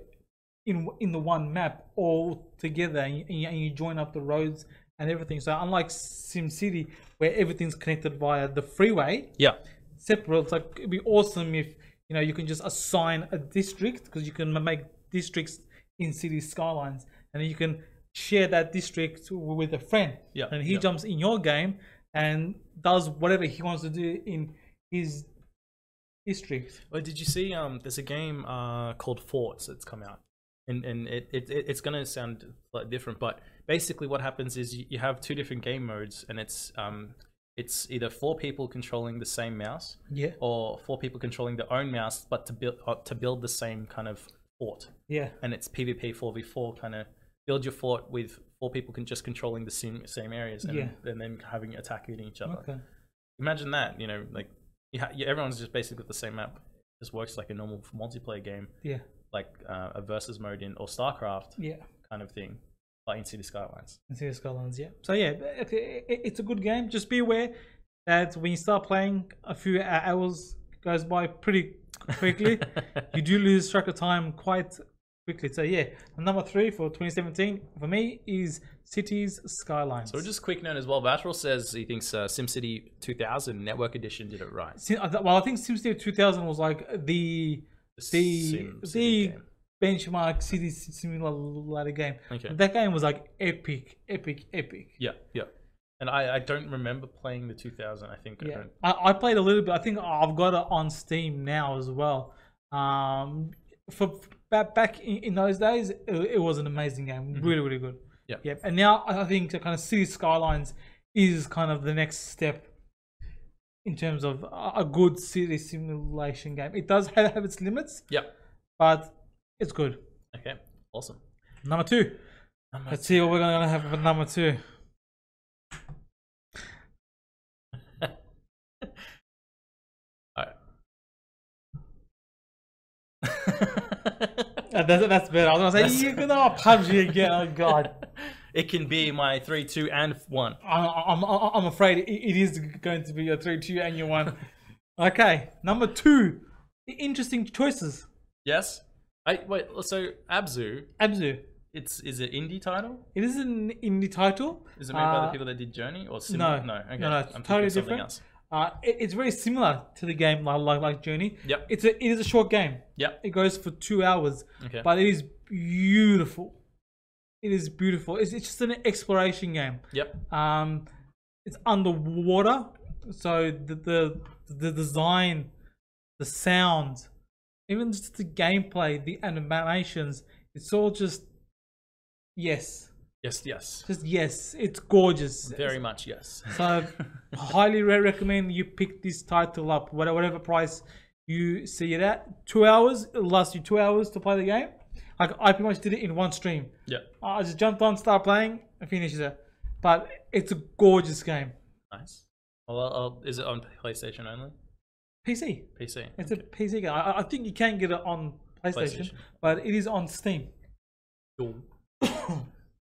Speaker 1: in in the one map all together, and you, and you- and you join up the roads and everything. So unlike SimCity, where everything's connected via the freeway,
Speaker 2: Yeah.
Speaker 1: separate. It's like it'd be awesome if you know you can just assign a district because you can m- make districts in city skylines, and then you can share that district w- with a friend.
Speaker 2: Yeah,
Speaker 1: and he
Speaker 2: yeah.
Speaker 1: jumps in your game and does whatever he wants to do in his district.
Speaker 2: Oh, did you see? Um, there's a game uh called Forts that's come out, and and it, it, it it's gonna sound like different, but basically what happens is you, you have two different game modes, and it's um it's either four people controlling the same mouse,
Speaker 1: Yeah,
Speaker 2: or four people controlling their own mouse, but to build uh, to build the same kind of fort,
Speaker 1: yeah,
Speaker 2: and it's PvP four v four kind of build your fort with four people can just controlling the same same areas, and,
Speaker 1: Yeah.
Speaker 2: and then having attack eating each other.
Speaker 1: okay.
Speaker 2: Imagine that, you know, like you ha- you, everyone's just basically got the same map. It just works like a normal multiplayer game,
Speaker 1: Yeah.
Speaker 2: like uh, a versus mode in or StarCraft
Speaker 1: Yeah.
Speaker 2: kind of thing, like in City Skylines.
Speaker 1: And City Skylines, yeah. So yeah, but it- it- it's a good game. Just be aware that when you start playing, a few h- hours goes by pretty quickly. you do lose track of time quite quickly. So yeah, number three for 2017 for me is Cities Skylines.
Speaker 2: So just quick note as well. Vatril says he thinks uh, SimCity 2000 Network Edition did it right.
Speaker 1: Sim- I th- well, I think SimCity 2000 was like the the
Speaker 2: Sim City
Speaker 1: the
Speaker 2: game.
Speaker 1: benchmark city s- simulator game.
Speaker 2: Okay.
Speaker 1: That game was like epic, epic, epic.
Speaker 2: Yeah, yeah. And I, I don't remember playing the 2000. I think I
Speaker 1: Yeah,
Speaker 2: don't.
Speaker 1: I, I played a little bit. I think I've got it on Steam now as well. Um, for back back in, in those days, it, it was an amazing game, really really good.
Speaker 2: Yeah.
Speaker 1: yep. And now I I think the kind of City Skylines is kind of the next step in terms of a a good city simulation game. It does have, have its limits,
Speaker 2: Yeah.
Speaker 1: but it's good.
Speaker 2: Okay. Awesome.
Speaker 1: Number two.
Speaker 2: Number
Speaker 1: Let's see what we're gonna have for number two.
Speaker 2: Alright.
Speaker 1: Uh, That's, that's better. I was gonna say you're gonna PUBG again. Oh god.
Speaker 2: it can be my three, two, and one.
Speaker 1: I- I'm, I'm, I'm afraid it it is going to be your 3 2 and your 1. okay, number two. Interesting choices.
Speaker 2: Yes. I wait. So Abzu,
Speaker 1: Abzu.
Speaker 2: it's is it indie title?
Speaker 1: It is an indie title.
Speaker 2: Is it made by the
Speaker 1: Uh,
Speaker 2: people that did Journey or sim-
Speaker 1: No,
Speaker 2: No. Okay.
Speaker 1: no, no,
Speaker 2: I'm
Speaker 1: it's
Speaker 2: thinking of
Speaker 1: totally
Speaker 2: something
Speaker 1: different.
Speaker 2: Else.
Speaker 1: Uh, it, it's very similar to the game like, like, like Journey.
Speaker 2: Yep.
Speaker 1: It's a, it is a short game.
Speaker 2: Yep.
Speaker 1: It goes for two hours,
Speaker 2: Okay.
Speaker 1: but it is beautiful. It is beautiful. It's, it's just an exploration game.
Speaker 2: Yep.
Speaker 1: Um, it's underwater, so the the, the design, the sound, even just the gameplay, the animations, it's all just yes,
Speaker 2: Yes. Yes.
Speaker 1: just yes. It's gorgeous.
Speaker 2: Very much. Yes.
Speaker 1: So highly re- recommend you pick this title up, whatever, whatever price you see it at. Two hours, it'll last you two hours to play the game. Like I pretty much did it in one stream.
Speaker 2: yeah.
Speaker 1: I just jumped on, started playing, and finished it. But it's a gorgeous game.
Speaker 2: Nice. Well, I'll, I'll, is it on PlayStation only?
Speaker 1: PC.
Speaker 2: PC.
Speaker 1: It's a PC game. I, I- I think you can get it on PlayStation,
Speaker 2: PlayStation.
Speaker 1: but it is on Steam.
Speaker 2: Cool.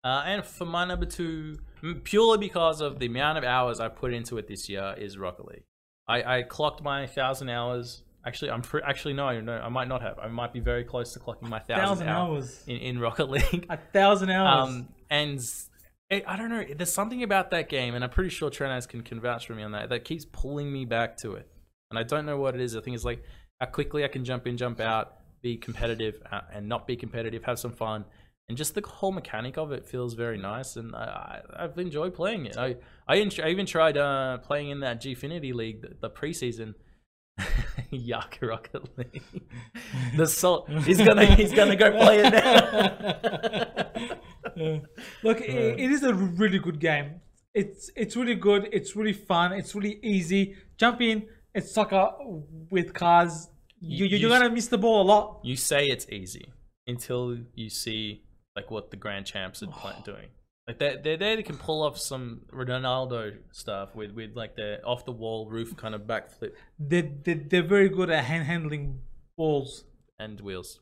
Speaker 2: uh, and for my number two, m- purely because of the amount of hours I put into it this year, is Rocket League. I, I clocked my thousand hours. Actually, I'm pre- actually no, no, I might not have. I might be very close to clocking my thousand,
Speaker 1: Thousand
Speaker 2: hour
Speaker 1: hours.
Speaker 2: in in Rocket League.
Speaker 1: A thousand hours.
Speaker 2: Um, and it, I don't know. There's something about that game, and I'm pretty sure Trenaz can, can vouch for me on that. That keeps pulling me back to it, and I don't know what it is. I think it's like how quickly I can jump in, jump out, be competitive, uh, and not be competitive, have some fun, and just the whole mechanic of it feels very nice, and I, I, I've enjoyed playing it. I I, en- I even tried uh, playing in that Gfinity League the, the preseason. Yuck, Rocket League. The salt. He's gonna. He's gonna go play it now.
Speaker 1: Yeah. Look, i it is a really good game. It's it's really good. It's really fun. It's really easy. Jump in. It's soccer with cars. You, you,
Speaker 2: you
Speaker 1: you're
Speaker 2: s-
Speaker 1: gonna miss the ball a lot.
Speaker 2: you say it's easy until you see like what the grand champs are pla- doing. Like they they they can pull off some Ronaldo stuff with with like the off the wall roof kind of backflip
Speaker 1: They, they they're very good at hand handling balls,
Speaker 2: and wheels.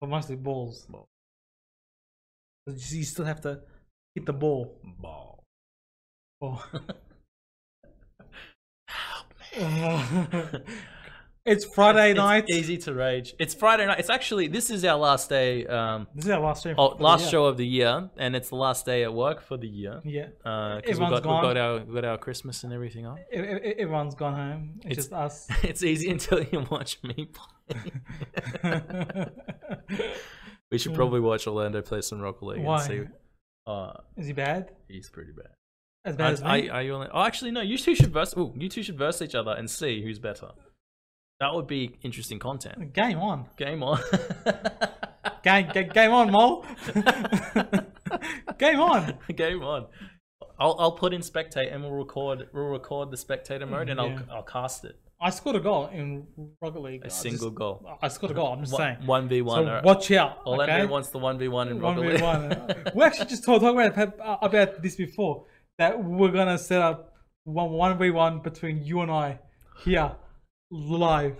Speaker 1: but mostly balls.
Speaker 2: Ball.
Speaker 1: But You still have to hit the ball.
Speaker 2: Ball.
Speaker 1: Oh. it's Friday
Speaker 2: It's
Speaker 1: night.
Speaker 2: easy to rage. It's Friday night. It's actually this is our last day. Um,
Speaker 1: This is our last stream.
Speaker 2: oh,
Speaker 1: for the
Speaker 2: last
Speaker 1: year.
Speaker 2: show of the year, and it's the last day at work for the year.
Speaker 1: Yeah,
Speaker 2: Uh, 'cause we've
Speaker 1: Everyone's
Speaker 2: got,
Speaker 1: gone.
Speaker 2: we've got our we've got our Christmas and everything on.
Speaker 1: E- e- e- everyone's gone home. It's,
Speaker 2: It's-
Speaker 1: just us.
Speaker 2: It's easy until you watch me play. we should probably watch Orlando play some Rocket League
Speaker 1: Why?
Speaker 2: and see. Uh,
Speaker 1: is he bad?
Speaker 2: he's pretty bad.
Speaker 1: As bad as me?
Speaker 2: I, I, I only, oh, actually, no. You two should verse. Ooh, you two should verse each other and see who's better. That would be interesting content.
Speaker 1: game on.
Speaker 2: Game on.
Speaker 1: Game, ga- game on, Mole. game on.
Speaker 2: Game on. I'll, I'll put in spectate and we'll record we'll record the spectator mode and
Speaker 1: Yeah.
Speaker 2: I'll I'll cast it
Speaker 1: I scored a goal in Rocket League.
Speaker 2: a single goal
Speaker 1: I scored a goal. I'm just saying.
Speaker 2: one v one.
Speaker 1: So watch out.
Speaker 2: Orlando
Speaker 1: okay?
Speaker 2: wants the one v one in
Speaker 1: one
Speaker 2: Rocket
Speaker 1: v
Speaker 2: League.
Speaker 1: uh, one. We actually just talked talked about about this before that we're gonna set up one one v one between you and I here live.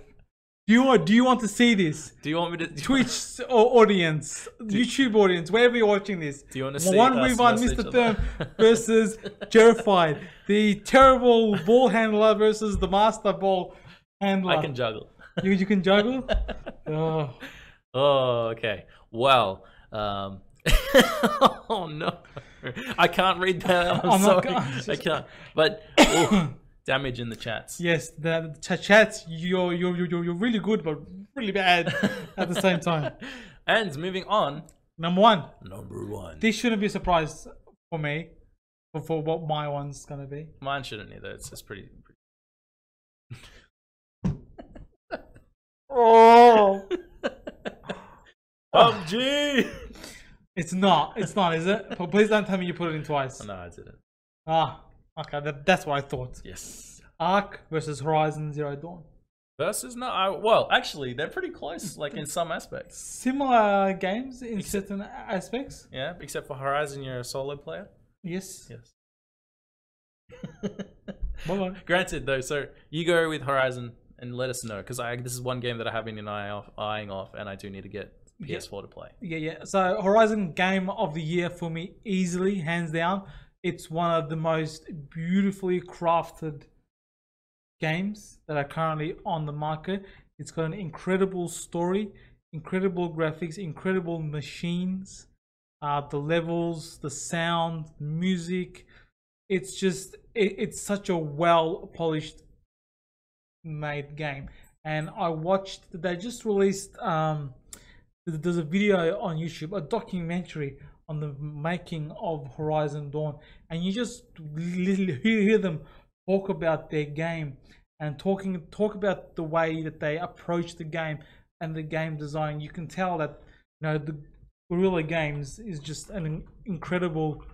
Speaker 1: Do you want? Do you want to see this?
Speaker 2: Do you want me to do you,
Speaker 1: Twitch or audience, YouTube audience, wherever you're watching this.
Speaker 2: Do you wanna see
Speaker 1: one
Speaker 2: us
Speaker 1: v one,
Speaker 2: versus
Speaker 1: Mr.
Speaker 2: each
Speaker 1: Thurm
Speaker 2: other?
Speaker 1: versus Jerified, the terrible ball handler versus the master ball handler.
Speaker 2: I can juggle.
Speaker 1: you, you can juggle. oh,
Speaker 2: Oh, okay. Well, um, oh no, I can't read that. I'm
Speaker 1: Oh my
Speaker 2: sorry,
Speaker 1: gosh.
Speaker 2: I can't. But oh, damage in the chats.
Speaker 1: yes, the, the ch- chats. You're you're you're you're- you're really good, but really bad at the same time.
Speaker 2: And moving on,
Speaker 1: Number one,
Speaker 2: number one.
Speaker 1: this shouldn't be a surprise for me, for, for what my one's gonna be.
Speaker 2: Mine shouldn't either. It's it's pretty. pretty-
Speaker 1: Oh,
Speaker 2: Oh, PUBG.
Speaker 1: it's not. It's not, is it? But please don't tell me you put it in twice.
Speaker 2: Oh, no, I didn't.
Speaker 1: Ah, okay, that, that's what I thought.
Speaker 2: Yes.
Speaker 1: Ark versus Horizon Zero Dawn.
Speaker 2: Versus no. I, well, actually, they're pretty close, like in some aspects.
Speaker 1: Similar games in certain aspects.
Speaker 2: Yeah, except for Horizon, you're a solo player.
Speaker 1: Yes.
Speaker 2: Yes.
Speaker 1: Bye-bye.
Speaker 2: Granted, though, so you go with Horizon and let us know because I this is one game that I have been an eye off, eyeing off, and I do need to get PS4 to play.
Speaker 1: Yeah, yeah. So Horizon game of the year for me, easily, hands down. It's one of the most beautifully crafted games that are currently on the market. It's got an incredible story, incredible graphics, incredible machines, uh, the levels, the sound, music. It's just it, it's such a well polished made game. And I watched they just released um th- there's a video on YouTube, a documentary on the making of Horizon Dawn, and you just literally hear hear them talk about their game and talking talk about the way that they approach the game and the game design. You can tell that you know the Guerrilla Games is just an incredible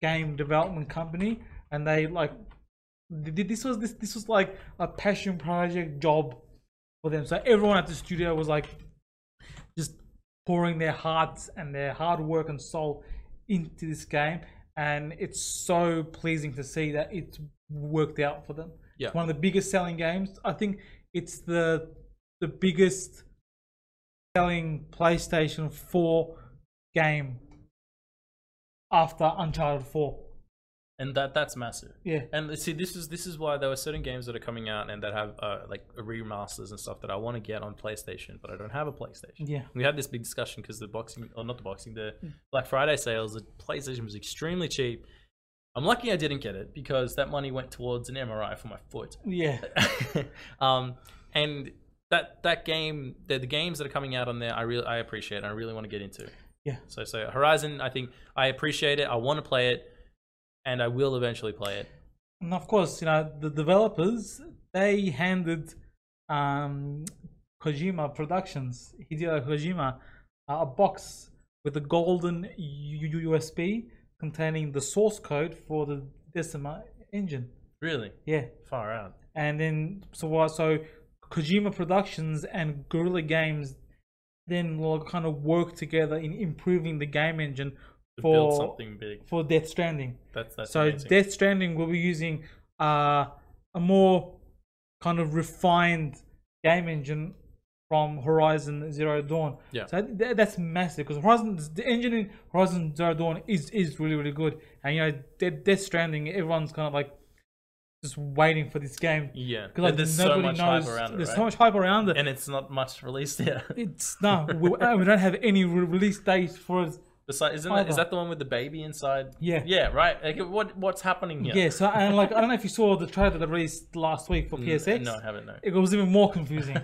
Speaker 1: game development company, and they like th- th- this was this this was like a passion project job for them. So everyone at the studio was like just pouring their hearts and their hard work and soul into this game and it's so pleasing to see that it's worked out for them
Speaker 2: Yeah.
Speaker 1: it's one of the biggest selling games i think it's the the biggest selling playstation 4 game after uncharted 4
Speaker 2: And that that's massive.
Speaker 1: yeah
Speaker 2: And uh, see, this is this is why there are certain games that are coming out and that have uh, like remasters and stuff that I want to get on PlayStation, but I don't have a PlayStation.
Speaker 1: yeah Hmm.
Speaker 2: We had this big discussion because the boxing, or not the boxing, the Black Friday sales, the PlayStation was extremely cheap. I'm lucky I didn't get it because that money went towards an MRI for my foot.
Speaker 1: yeah
Speaker 2: um, and that that game, the, the games that are coming out on there, I really I appreciate. And I really want to get into.
Speaker 1: Yeah.
Speaker 2: So so Horizon, I think I appreciate it. I want to play it, and I will eventually play it.
Speaker 1: and of course, you know the developers they handed um, Kojima Productions, Hideo Kojima, uh, a box with a golden U- U- USB containing the source code for the Decima engine.
Speaker 2: Really
Speaker 1: Yeah,
Speaker 2: far out.
Speaker 1: and then so what? So Kojima Productions and Guerrilla Games then like, kind of work together in improving the game engine
Speaker 2: To build
Speaker 1: for
Speaker 2: something big.
Speaker 1: for Death Stranding.
Speaker 2: That's that's
Speaker 1: So
Speaker 2: amazing.
Speaker 1: Death Stranding will be using uh, a more kind of refined game engine from Horizon Zero Dawn.
Speaker 2: Yeah.
Speaker 1: So th- that's massive because Horizon the engine in Horizon Zero Dawn is is really really good, and you know De- Death Stranding everyone's kind of like just waiting for this game
Speaker 2: yeah,
Speaker 1: because like,
Speaker 2: there's so
Speaker 1: nobody
Speaker 2: much
Speaker 1: knows
Speaker 2: hype around it,
Speaker 1: there's
Speaker 2: right?
Speaker 1: so much hype around it.
Speaker 2: and it's not much released yet.
Speaker 1: it's no, we, uh, we don't have any re- release dates for it.
Speaker 2: Besides, isn't that,
Speaker 1: Either.
Speaker 2: is that the one with the baby inside?
Speaker 1: Yeah.
Speaker 2: yeah, right. Like, what what's happening here?
Speaker 1: Yeah. so and like I don't know if you saw the trailer that I released last week for PSX.
Speaker 2: Mm, No, I haven't. No.
Speaker 1: it was even more confusing.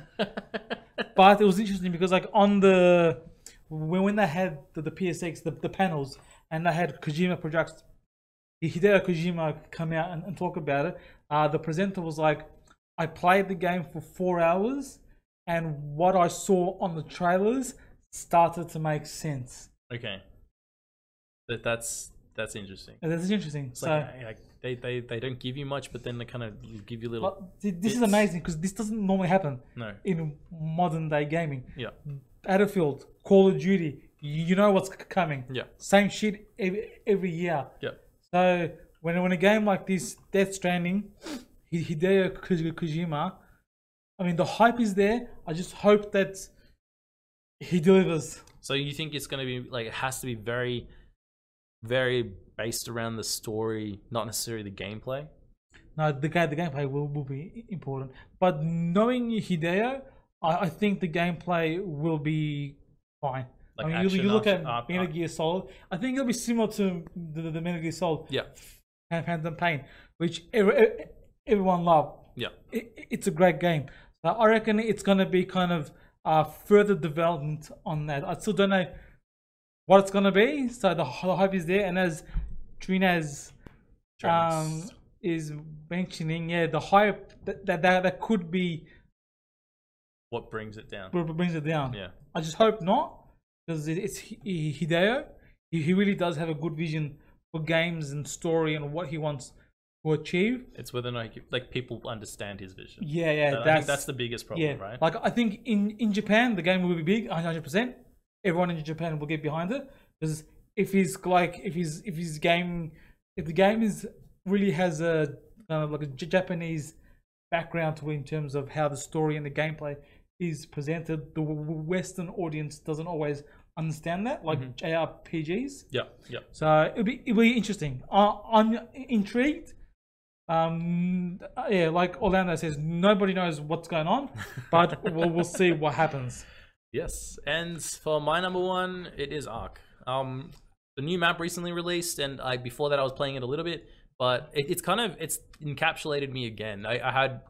Speaker 1: but it was interesting because like on the when, when they had the, the PSX the, the panels and they had Kojima projects Hideo Kojima come out and, and talk about it, uh, the presenter was like, I played the game for four hours and what I saw on the trailers started to make sense.
Speaker 2: Okay. That that's that's interesting.
Speaker 1: And this is interesting.
Speaker 2: It's
Speaker 1: so
Speaker 2: like, I- I- they, they they don't give you much, but then they kind of give you little.
Speaker 1: but th- this is
Speaker 2: it's-
Speaker 1: amazing because this doesn't normally happen
Speaker 2: no.
Speaker 1: in modern day gaming.
Speaker 2: Yeah.
Speaker 1: Battlefield, Call of Duty, you know what's c- coming.
Speaker 2: Yeah.
Speaker 1: Same shit every, every year.
Speaker 2: Yeah.
Speaker 1: So when when a game like this, Death Stranding, Hi- Hideo Ko- Kojima, I mean the hype is there. I just hope that he delivers.
Speaker 2: So you think it's going to be like it has to be very, very based around the story, not necessarily the gameplay.
Speaker 1: Now the guy, the gameplay will, will be important, but knowing Hideo, I, I think the gameplay will be fine.
Speaker 2: Like
Speaker 1: I mean, you,
Speaker 2: action,
Speaker 1: you look
Speaker 2: action,
Speaker 1: at
Speaker 2: art-
Speaker 1: Metal
Speaker 2: art.
Speaker 1: Gear Solid. I think it'll be similar to the, the, the Metal Gear Solid
Speaker 2: Yeah,
Speaker 1: Pan- Phantom Pain, which every, e- everyone loved.
Speaker 2: yeah.
Speaker 1: It, it's a great game. So I reckon it's going to be kind of uh, further development on that. I still don't know what it's going to be. So the, h- the hype is there, and as Trinaz um,
Speaker 2: Travis.
Speaker 1: is mentioning, yeah, the hype that that that, that could be
Speaker 2: what brings it down?
Speaker 1: br- br- brings it down.
Speaker 2: Yeah.
Speaker 1: I just hope not, because it, it's Hi- Hi- Hideo. He, he really does have a good vision for games and story and what he wants to achieve.
Speaker 2: It's whether or not he- like people understand his vision.
Speaker 1: Yeah, yeah,
Speaker 2: That- I think
Speaker 1: that's
Speaker 2: that's the biggest problem,
Speaker 1: yeah.
Speaker 2: right?
Speaker 1: Like I think in in Japan the game will be big, 100. percent Everyone in Japan will get behind it because if he's like if he's if his game if the game is really has a kind of like a J- Japanese background to it in terms of how the story and the gameplay is presented, the w- w- Western audience doesn't always understand that,
Speaker 2: Mm-hmm.
Speaker 1: like JRPGs.
Speaker 2: yeah, yeah.
Speaker 1: So it'll be it'll be interesting. I I'm intrigued. Um, yeah, like Orlando says, nobody knows what's going on, but we'll, we'll see what happens.
Speaker 2: Yes. And for my number one, it is Ark. Um, the new map recently released, and I before that I was playing it a little bit, but it, it's kind of it's encapsulated me again. I, I had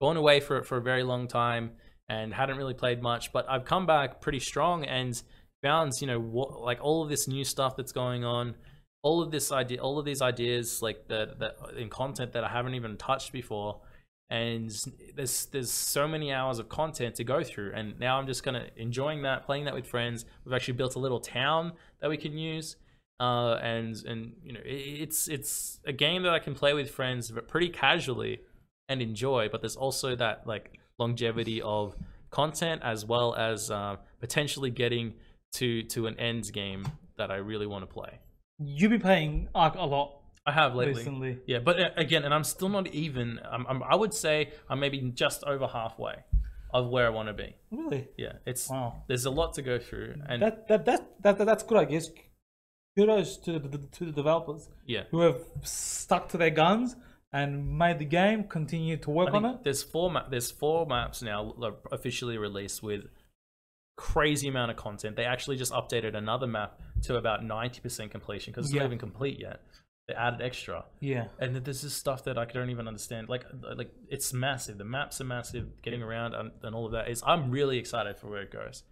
Speaker 2: gone away for for a very long time and hadn't really played much, but I've come back pretty strong and found you know what like all of this new stuff that's going on, all of this idea, all of these ideas like that that in content that I haven't even touched before and there's there's so many hours of content to go through and now i'm just kind of enjoying that playing that with friends we've actually built a little town that we can use uh, and and you know i- i it's it's a game that i can play with friends but pretty casually and enjoy but there's also that like longevity of content as well as uh, potentially getting to to an end game that i really want to play
Speaker 1: You've been playing Ark a lot
Speaker 2: i have lately
Speaker 1: recently.
Speaker 2: yeah, but uh, again, and I'm still not even. I'm, I'm, I would say I'm maybe just over halfway of where I want to be.
Speaker 1: Really?
Speaker 2: Yeah, it's
Speaker 1: Wow.
Speaker 2: there's a lot to go through, and
Speaker 1: That that that, that, that that's good, I guess. Kudos to the, to the developers
Speaker 2: yeah,
Speaker 1: who have stuck to their guns and made the game continue to work
Speaker 2: I
Speaker 1: on
Speaker 2: think
Speaker 1: it.
Speaker 2: there's four ma- there's four maps now like, officially released with crazy amount of content. They actually just updated another map to about ninety percent completion because it's
Speaker 1: Yeah.
Speaker 2: not even complete yet. They added extra.
Speaker 1: Yeah.
Speaker 2: and then there's this stuff that I don't even understand. Like, like it's massive. The maps are massive. Getting around and, and all of that is. I'm really excited for where it goes.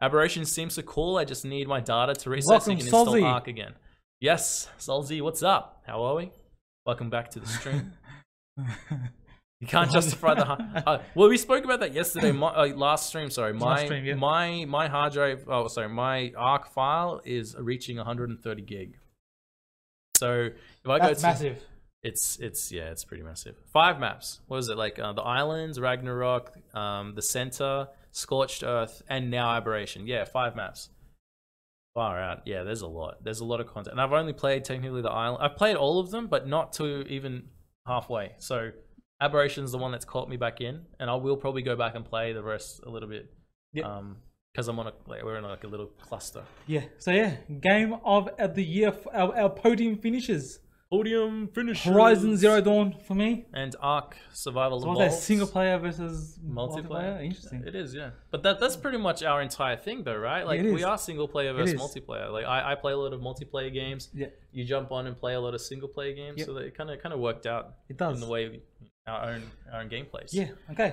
Speaker 2: Aberration seems so cool. I just need my data to reset so
Speaker 1: Welcome,
Speaker 2: you can install
Speaker 1: Solzy.
Speaker 2: Arc again. Yes, Solzy, what's up? How are we? Welcome back to the stream. You can't justify the. har- Uh, well, we spoke about that yesterday. My, uh, last stream, sorry. My
Speaker 1: stream, yeah.
Speaker 2: my my hard drive. Oh, sorry. My ARC file is reaching 130 gig. So if I go
Speaker 1: That's
Speaker 2: to
Speaker 1: massive.
Speaker 2: it's it's yeah, it's pretty massive. Five maps. What is it like? Uh, the islands, Ragnarok, um, the center, Scorched Earth, and now Aberration. Yeah, five maps. Far out. Yeah, there's a lot. There's a lot of content, and I've only played technically the island. I've played all of them, but not to even halfway. So Aberration is the one that's caught me back in, and I will probably go back and play the rest a little bit.
Speaker 1: Yep.
Speaker 2: Um, because I'm on a like we're in like a little cluster.
Speaker 1: Yeah. So yeah, game of uh, the year. f- Our, our podium finishes.
Speaker 2: Podium finish.
Speaker 1: Horizon Zero Dawn for me.
Speaker 2: and Ark Survival
Speaker 1: So was that
Speaker 2: Evolved.
Speaker 1: single player versus
Speaker 2: multiplayer.
Speaker 1: Interesting.
Speaker 2: It is, yeah. But that that's pretty much our entire thing, though, right? Like
Speaker 1: It
Speaker 2: we
Speaker 1: is.
Speaker 2: are single player versus
Speaker 1: is.
Speaker 2: multiplayer. Like I, I play a lot of multiplayer games.
Speaker 1: Yeah,
Speaker 2: You jump on and play a lot of single player games,
Speaker 1: Yep.
Speaker 2: so that it kind of kind of worked out
Speaker 1: it does.
Speaker 2: in the way we, our own our own gameplays.
Speaker 1: Yeah. Okay.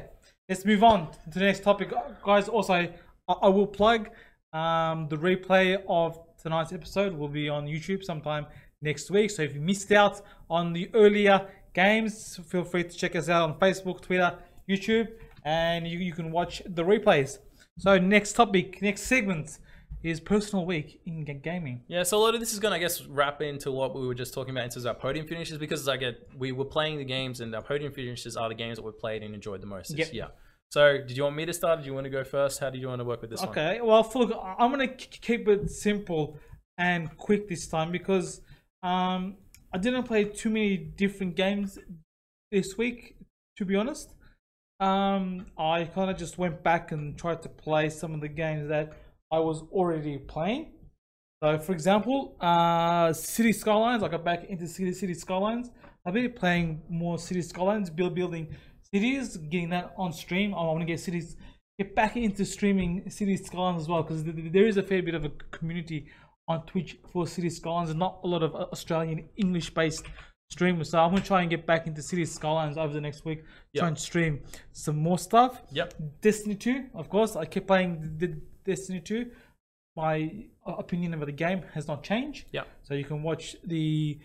Speaker 1: Let's move on to the next topic, guys. Also, I, I will plug um, the replay of tonight's episode will be on YouTube sometime next week. So if you missed out on the earlier games, feel free to check us out on Facebook, Twitter, YouTube, and you, you can watch the replays. So next topic, next segment is personal week in ga- gaming.
Speaker 2: Yeah, so a lot of this is gonna, I guess, wrap into what we were just talking about in terms of our podium finishes because like it, we were playing the games and our podium finishes are the games that we played and enjoyed the most. this
Speaker 1: Yep.
Speaker 2: year. So, did you want me to start? Did you want to go first? How do you want to work with this one?
Speaker 1: Okay, well, look, I- I'm gonna k- keep it simple and quick this time because um, I didn't play too many different games this week, to be honest. Um, I kind of just went back and tried to play some of the games that I was already playing. So, for example, uh, City Skylines. I got back into City City Skylines. I've been playing more City Skylines, build building cities, getting that on stream. I want to get cities get back into streaming City Skylines as well because there is a fair bit of a community on Twitch for City Skylines and not a lot of uh, Australian English based streamers. So I'm gonna try and get back into City Skylines over the next week. Try
Speaker 2: Yep.
Speaker 1: and stream some more stuff.
Speaker 2: Yep.
Speaker 1: Destiny 2, of course. I keep playing the Destiny 2. My uh, opinion about the game has not changed.
Speaker 2: Yep.
Speaker 1: So you can watch the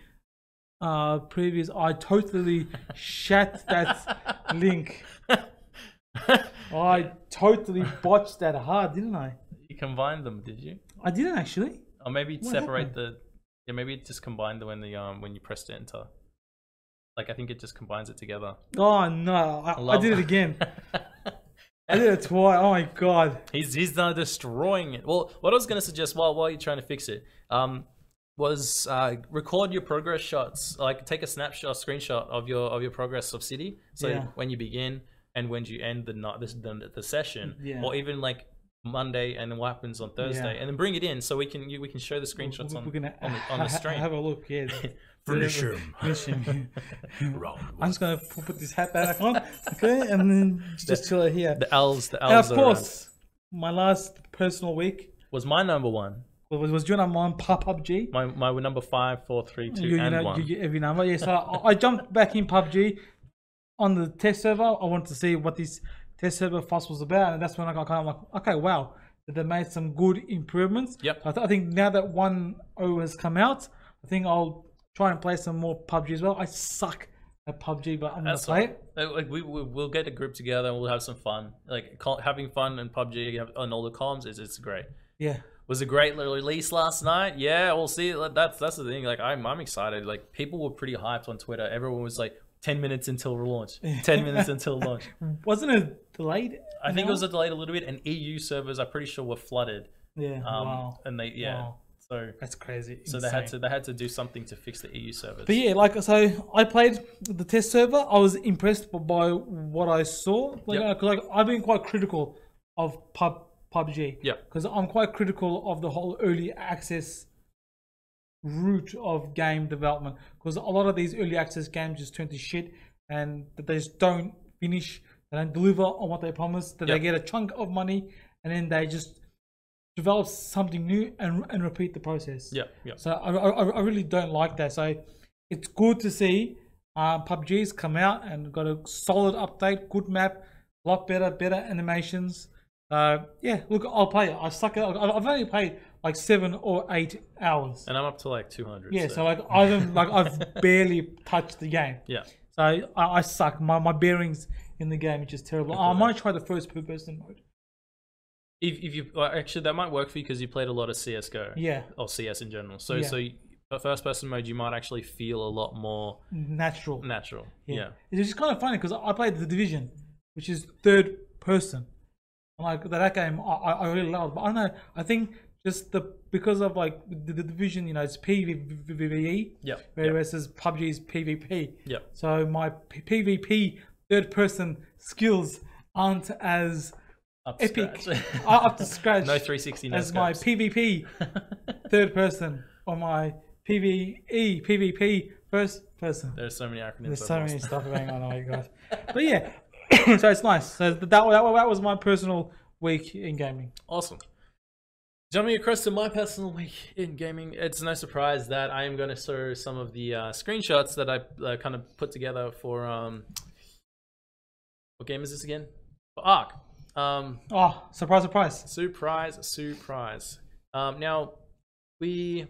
Speaker 1: uh, previous. I totally shat that link. I totally botched that hard, didn't I?
Speaker 2: You combined them, did you?
Speaker 1: I didn't actually.
Speaker 2: Or maybe
Speaker 1: What
Speaker 2: separate
Speaker 1: happened?
Speaker 2: the. Yeah, maybe it just combined the when the um when you pressed enter. Like I think it just combines it together.
Speaker 1: Oh no, I, I
Speaker 2: love-
Speaker 1: did it again. I did it twice. Oh my god.
Speaker 2: He's he's now destroying it. Well, what I was gonna suggest while while you're trying to fix it, um, was uh, record your progress shots. Like take a snapshot, screenshot of your of your progress of city. So
Speaker 1: Yeah.
Speaker 2: when you begin and when you end the night, this the, the session,
Speaker 1: Yeah.
Speaker 2: or even like Monday and then what happens on Thursday,
Speaker 1: Yeah.
Speaker 2: and then bring it in so we can you, we can show the screenshots
Speaker 1: We're
Speaker 2: on
Speaker 1: gonna
Speaker 2: on the, on the
Speaker 1: ha- ha-
Speaker 2: stream.
Speaker 1: have a look. Yeah.
Speaker 2: Finish
Speaker 1: Whatever.
Speaker 2: him.
Speaker 1: Finish him.
Speaker 2: Round
Speaker 1: I'm just gonna pu- put this hat back on, okay, and then just chill out here.
Speaker 2: The elves, the
Speaker 1: And of
Speaker 2: elves. are around.
Speaker 1: course, my last personal week
Speaker 2: was my number one.
Speaker 1: was was doing a mom pop PUBG.
Speaker 2: My my number five, four, three, two,
Speaker 1: You, you
Speaker 2: and
Speaker 1: know,
Speaker 2: one.
Speaker 1: you get every number. Yeah, so I, I jumped back in PUBG on the test server. I wanted to see what this test server fuss was about, and that's when I got kind of like, okay, wow, that they made some good improvements.
Speaker 2: Yep.
Speaker 1: I, th- I think now that 1.0 has come out, I think I'll try and play some more PUBG as well. I suck at PUBG, but I'm gonna
Speaker 2: That's
Speaker 1: play
Speaker 2: all.
Speaker 1: it.
Speaker 2: Uh, Like we, we we'll get a group together and we'll have some fun. Like co- having fun and PUBG have- on all the comms is it's great.
Speaker 1: Yeah.
Speaker 2: Was a great little release last night. Yeah, we'll see. Like, That's that's the thing. Like I'm I'm excited. Like people were pretty hyped on Twitter. Everyone was like. 10 minutes until launch 10 minutes until launch
Speaker 1: Wasn't it delayed?
Speaker 2: i think it was
Speaker 1: A-
Speaker 2: delayed a little bit and eu servers i'm pretty sure were flooded
Speaker 1: yeah.
Speaker 2: um
Speaker 1: wow.
Speaker 2: and they yeah
Speaker 1: Wow.
Speaker 2: so
Speaker 1: That's crazy.
Speaker 2: so they had
Speaker 1: Insane.
Speaker 2: to they had to do something to fix the eu servers
Speaker 1: But yeah, like so, I played the test server. I was impressed b- by what I saw. Like,
Speaker 2: Yep.
Speaker 1: uh, 'cause, like I've been quite critical of pub PUBG.
Speaker 2: Yep.
Speaker 1: Because I'm quite critical of the whole early access route of game development. Because a lot of these early access games just turn to shit, and that they just don't finish. They don't deliver on what they promise. That they
Speaker 2: Yep.
Speaker 1: get a chunk of money, and then they just develop something new and and repeat the process.
Speaker 2: yeah yeah
Speaker 1: So I, I, I- I really don't like that. So it's good to see um, PUBG's come out and got a solid update, good map, a lot better, better animations. Uh, yeah, look, I'll play it. I suck at I- I've only played like seven or eight hours.
Speaker 2: and i'm up to like 200
Speaker 1: Yeah, so like I haven't like I've barely touched the game.
Speaker 2: yeah
Speaker 1: So I, I suck. My my bearings in the game is just terrible. I might try the first person mode.
Speaker 2: If, if you well, actually that might work for you because you played a lot of CS:GO,
Speaker 1: Yeah,
Speaker 2: or CS in general. So
Speaker 1: Yeah.
Speaker 2: so you, but first person mode, you might actually feel a lot more
Speaker 1: natural.
Speaker 2: natural. Yeah,
Speaker 1: It's just kind of funny because I played The Division, which is third person. And like that, that game, I, I I really loved. But I don't know. I think just the because of like the, the division, you know, it's PvE
Speaker 2: yeah, yeah,
Speaker 1: whereas PUBG is PvP.
Speaker 2: yeah.
Speaker 1: So my P- PvP third person skills aren't as
Speaker 2: Up to
Speaker 1: epic,
Speaker 2: scratch.
Speaker 1: uh, up to scratch
Speaker 2: no 360, no
Speaker 1: as my
Speaker 2: scopes.
Speaker 1: PvP third person or my E PvE PvP first person.
Speaker 2: There's so many acronyms.
Speaker 1: There's
Speaker 2: I've
Speaker 1: so
Speaker 2: lost.
Speaker 1: many stuff going on. Oh my gosh. But yeah, so it's nice. So that, that that was my personal week in gaming.
Speaker 2: Awesome. Jumping across to my personal week in gaming, it's no surprise that I am going to show some of the uh, screenshots that I uh, kind of put together for um, what game is this again? For Ark. Um,
Speaker 1: Oh, surprise, surprise!
Speaker 2: Surprise, surprise. Um, now, we.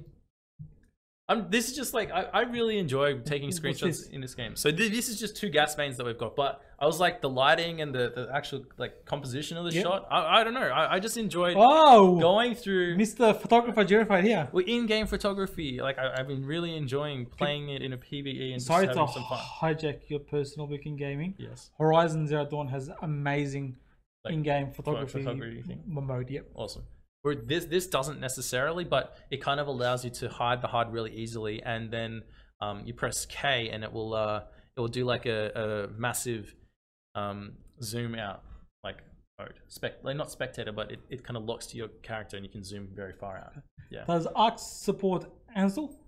Speaker 2: I'm, this is just like I, I really enjoy taking
Speaker 1: What's
Speaker 2: screenshots
Speaker 1: this?
Speaker 2: in this game. So th- this is just two gas mains that we've got, but I was like the lighting and the, the actual like composition of the
Speaker 1: Yeah.
Speaker 2: shot. I, I don't know. I, I just enjoyed
Speaker 1: Oh,
Speaker 2: going through
Speaker 1: Mr. Photographer Verified here.
Speaker 2: well, in-game photography. Like I, I've been really enjoying playing it in a PVE and
Speaker 1: Sorry
Speaker 2: just
Speaker 1: to
Speaker 2: having some fun.
Speaker 1: hijack your personal week in gaming.
Speaker 2: Yes,
Speaker 1: Horizon Zero Dawn has amazing
Speaker 2: Like,
Speaker 1: in-game photography,
Speaker 2: photography thing.
Speaker 1: m- mode. Yep.
Speaker 2: awesome. Where this this doesn't necessarily, but it kind of allows you to hide the HUD really easily, and then um, you press K and it will uh, it will do like a, a massive um, zoom out like mode. Spec- like, not spectator, but it, it kind of locks to your character and you can zoom very far out. Yeah,
Speaker 1: Does Arx support Ansel?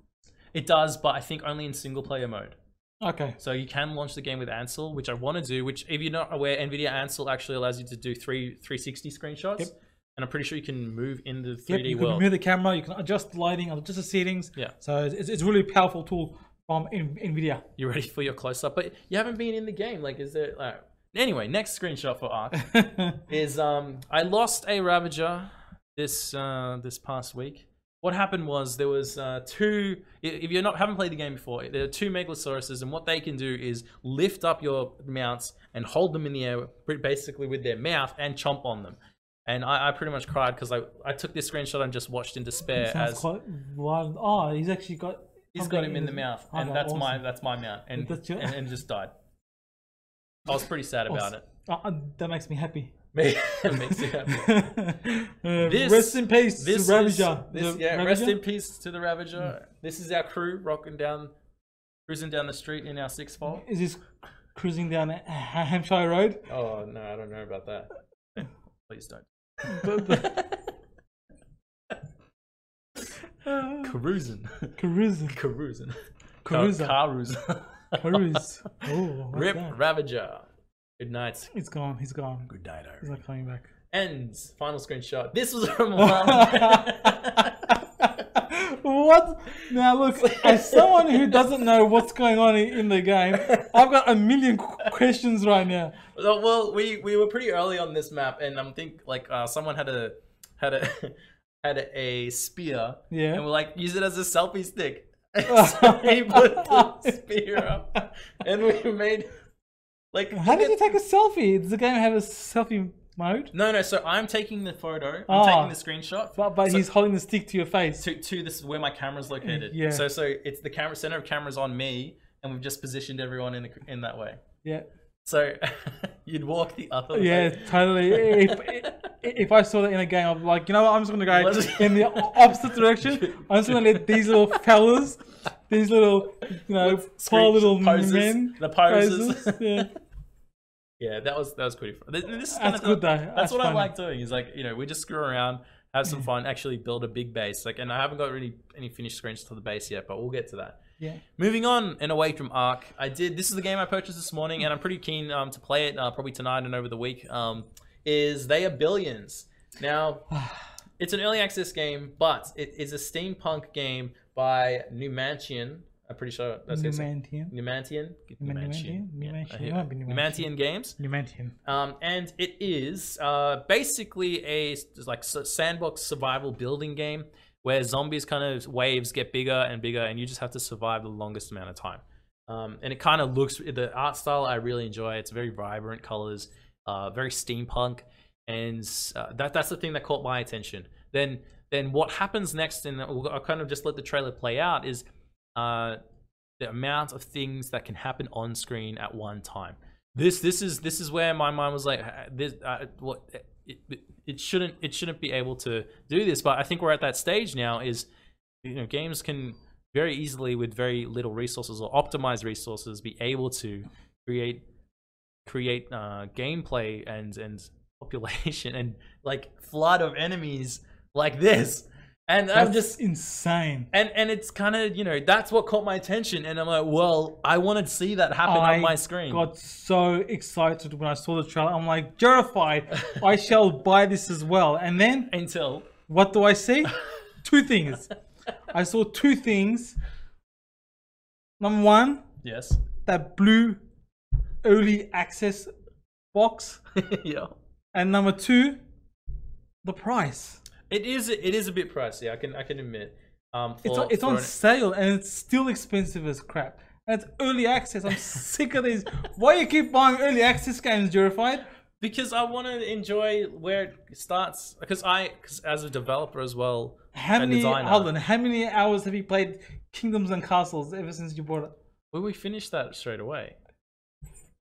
Speaker 2: it does, but I think only in single player mode.
Speaker 1: Okay.
Speaker 2: So you can launch the game with Ansel, which I want to do. Which, if you're not aware, NVIDIA Ansel actually allows you to do three 360 screenshots,
Speaker 1: Yep.
Speaker 2: and I'm pretty sure you can move into the 3D
Speaker 1: Yep, you can
Speaker 2: world.
Speaker 1: move the camera, you can adjust the lighting, adjust the settings.
Speaker 2: Yeah.
Speaker 1: So it's, it's- it's a really powerful tool from N- NVIDIA.
Speaker 2: You're ready for your close up, but you haven't been in the game. Like, is there? Like... Anyway, next screenshot for Ark is um, I lost a Ravager this uh, this past week. What happened was there was uh, two. i- If you are not haven't played the game before, there are two Megalosauruses, and what they can do is lift up your mounts and hold them in the air, pretty- basically with their mouth, and chomp on them. And I, I pretty much cried because I, I took this screenshot and just watched in despair
Speaker 1: Sounds
Speaker 2: as
Speaker 1: quite wild. Oh, he's actually got.
Speaker 2: He's
Speaker 1: something
Speaker 2: got him in the
Speaker 1: his-
Speaker 2: mouth,
Speaker 1: Oh,
Speaker 2: and
Speaker 1: wow,
Speaker 2: that's
Speaker 1: awesome.
Speaker 2: my that's my mount, and
Speaker 1: That's your-
Speaker 2: and, and just died. I was pretty sad about it.
Speaker 1: Oh, uh, that makes me happy.
Speaker 2: it makes you happy.
Speaker 1: this, rest in peace,
Speaker 2: This is-
Speaker 1: Ravager.
Speaker 2: this-
Speaker 1: The
Speaker 2: yeah, rest
Speaker 1: Ravager? Hmm.
Speaker 2: in peace to the Ravager. This is our crew rocking down, cruising down the street in our six fold.
Speaker 1: Is this cruising down a- Ha- Hampshire Road?
Speaker 2: Oh no, I don't know about that. Please don't. Carousing,
Speaker 1: Cruise.
Speaker 2: carousing,
Speaker 1: Caruza.
Speaker 2: carousing.
Speaker 1: Cruise. Oh, what's
Speaker 2: Rip
Speaker 1: that?
Speaker 2: Ravager. Good night.
Speaker 1: It's gone. He's gone.
Speaker 2: Good night, Irish.
Speaker 1: He's not coming back.
Speaker 2: ends. Final screenshot. This was from Mulan.
Speaker 1: what? Now look, as someone who doesn't know what's going on in, in the game, I've got a million qu- questions right now.
Speaker 2: well, well, we we were pretty early on this map, and I'm think like uh, someone had a had a had a, spear,
Speaker 1: Yeah.
Speaker 2: and we're like use it as a selfie stick. so we put the spear up, and we made like
Speaker 1: How did you take a selfie? Does the game have a selfie mode?
Speaker 2: no no. So I'm taking the photo. I'm
Speaker 1: Ah.
Speaker 2: taking the screenshot.
Speaker 1: But, but
Speaker 2: So-
Speaker 1: he's holding the stick to your face.
Speaker 2: to to this is where my camera's located.
Speaker 1: Yeah.
Speaker 2: So so it's the camera center of cameras on me, and we've just positioned everyone in the, in that way.
Speaker 1: Yeah.
Speaker 2: So you'd walk the other
Speaker 1: Yeah,
Speaker 2: way.
Speaker 1: totally. If, i- if I saw that in a game, I'm like, you know what? I'm just gonna go
Speaker 2: Let's-
Speaker 1: in the opposite direction. I'm just gonna let these little fellas, these little, you know, poor
Speaker 2: Screech-
Speaker 1: little
Speaker 2: poses,
Speaker 1: men,
Speaker 2: the poses.
Speaker 1: yeah.
Speaker 2: Yeah, that was that was pretty fun. This, this is kind
Speaker 1: That's
Speaker 2: of the-
Speaker 1: good though.
Speaker 2: That's,
Speaker 1: That's
Speaker 2: what I
Speaker 1: funny.
Speaker 2: like doing. Is like you know we just screw around, have some fun, actually build a big base. Like, and I haven't got really any finished screenshots to the base yet, but we'll get to that.
Speaker 1: yeah.
Speaker 2: Moving on and away from Ark, I did. This is the game I purchased this morning, and I'm pretty keen um, to play it uh, probably tonight and over the week. Um, is they are billions now? it's an early access game, but it is a steampunk game by Numantian. I'm pretty sure that's his name.
Speaker 1: Numantian.
Speaker 2: Numantian.
Speaker 1: Numantian?
Speaker 2: Yeah,
Speaker 1: Numantian.
Speaker 2: I hear
Speaker 1: It might be
Speaker 2: it.
Speaker 1: Numantian.
Speaker 2: Numantian Games.
Speaker 1: Numantian.
Speaker 2: Um, and it is uh, basically a s- like s- sandbox survival building game where zombies kind of waves get bigger and bigger, and you just have to survive the longest amount of time. Um, and it kind of looks the art style I really enjoy. It's very vibrant colors, uh, very steampunk, and uh, that that's the thing that caught my attention. Then then what happens next, and I'll I'll kind of just let the trailer play out, is uh, the amount of things that can happen on screen at one time. This this is this is where my mind was like "Ah, this uh, what it, it- it shouldn't it shouldn't be able to do this, but I think we're at that stage now is you know games can very easily with very little resources or optimized resources be able to create create uh, gameplay and and population and like flood of enemies like this. And I'm
Speaker 1: That's
Speaker 2: just
Speaker 1: just insane.
Speaker 2: and and it's kind of you know that's what caught my attention, and I'm like, well, I want to see that happen
Speaker 1: I
Speaker 2: on my screen.
Speaker 1: got so excited when I saw the trailer. I'm like, terrified. I shall buy this as well. And then
Speaker 2: Until
Speaker 1: what do I see? two things. I saw two things. Number one,
Speaker 2: yes,
Speaker 1: that blue early access box,
Speaker 2: yeah,
Speaker 1: and number two, the price.
Speaker 2: it is it is a bit pricey. I can I can admit. Um,
Speaker 1: It's
Speaker 2: for-
Speaker 1: on, it's
Speaker 2: for
Speaker 1: on
Speaker 2: an-
Speaker 1: sale and it's still expensive as crap. And it's early access. I'm sick of these. Why you keep buying early access games, Jurified?
Speaker 2: because I want to enjoy where it starts. Because I, cause as a developer as well,
Speaker 1: How
Speaker 2: and
Speaker 1: many
Speaker 2: designer,
Speaker 1: hold on, how many hours have you played Kingdoms and Castles ever since you bought it?
Speaker 2: Well, we finished that straight away.